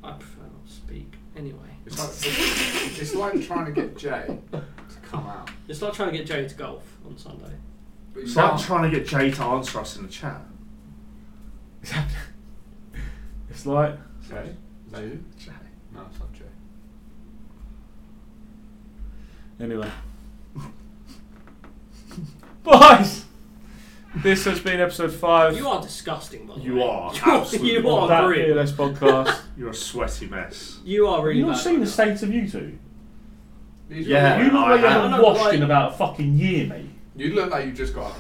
C: I prefer not to speak. Anyway,
D: It's like, it's like trying to get Jay to come out.
C: it's like trying to get Joey to golf on Sunday.
D: But
B: It's
D: you
B: like
D: can't.
B: trying to get Jay to answer us in the chat.
A: It's like
D: Jay? Is that you?
B: Jay.
D: No, it's not Jay.
A: Anyway. Boys! This has been episode five.
C: You are disgusting, by the
B: You
C: way.
B: are,
C: You are.
B: absolutely.
C: You
A: of
C: are
A: that
C: grim.
A: PLS podcast.
B: You're a sweaty mess.
C: You are really.
A: You've not
C: bad
A: seen
C: right
A: the
C: now.
A: state of you two.
D: These
B: Yeah.
A: You
D: look
A: look
B: I
A: like you
B: am.
A: haven't
C: I know,
A: washed
C: like-
A: in about a fucking year, mate.
D: like- you look like you just got up.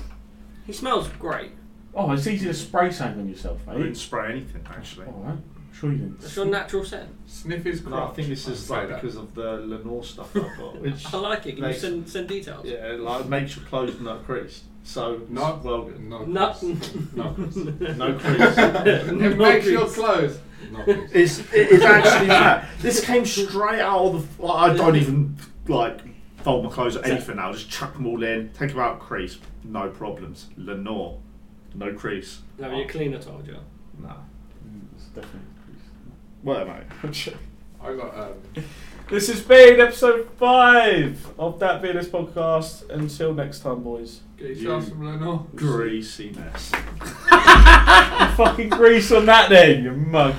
C: He smells great.
A: Oh, it's easy to spray sand on yourself,
B: I didn't
A: mate.
B: spray anything actually.
A: Alright. Sure you didn't.
C: That's your natural scent.
D: Sniff his
B: No,
D: crotch.
B: I think this is
D: I'd say
B: like
D: that.
B: because of the Lenore stuff I've got, which
C: I like it. Can you
B: makes-
C: send send details?
B: yeah, like makes your clothes not creased. So
D: No,
B: it's well, good.
D: no,
C: No.
D: no, Chris.
B: no crease.
D: It makes your clothes. No, Chris.
B: it's it's actually that. This came straight out of the. I don't even like fold my clothes or
C: Yeah.
B: anything. I'll just chuck them all in, take them out crease, no problems. Lenore, no crease.
C: No, you're cleaner told you.
B: Nah.
A: It's definitely-
B: What am
D: I got um,
A: This has been episode five of that Venus podcast. Until next time, boys.
D: get yourself some Lenore.
B: I? Greasy mess.
A: Fucking grease on that, then you mug.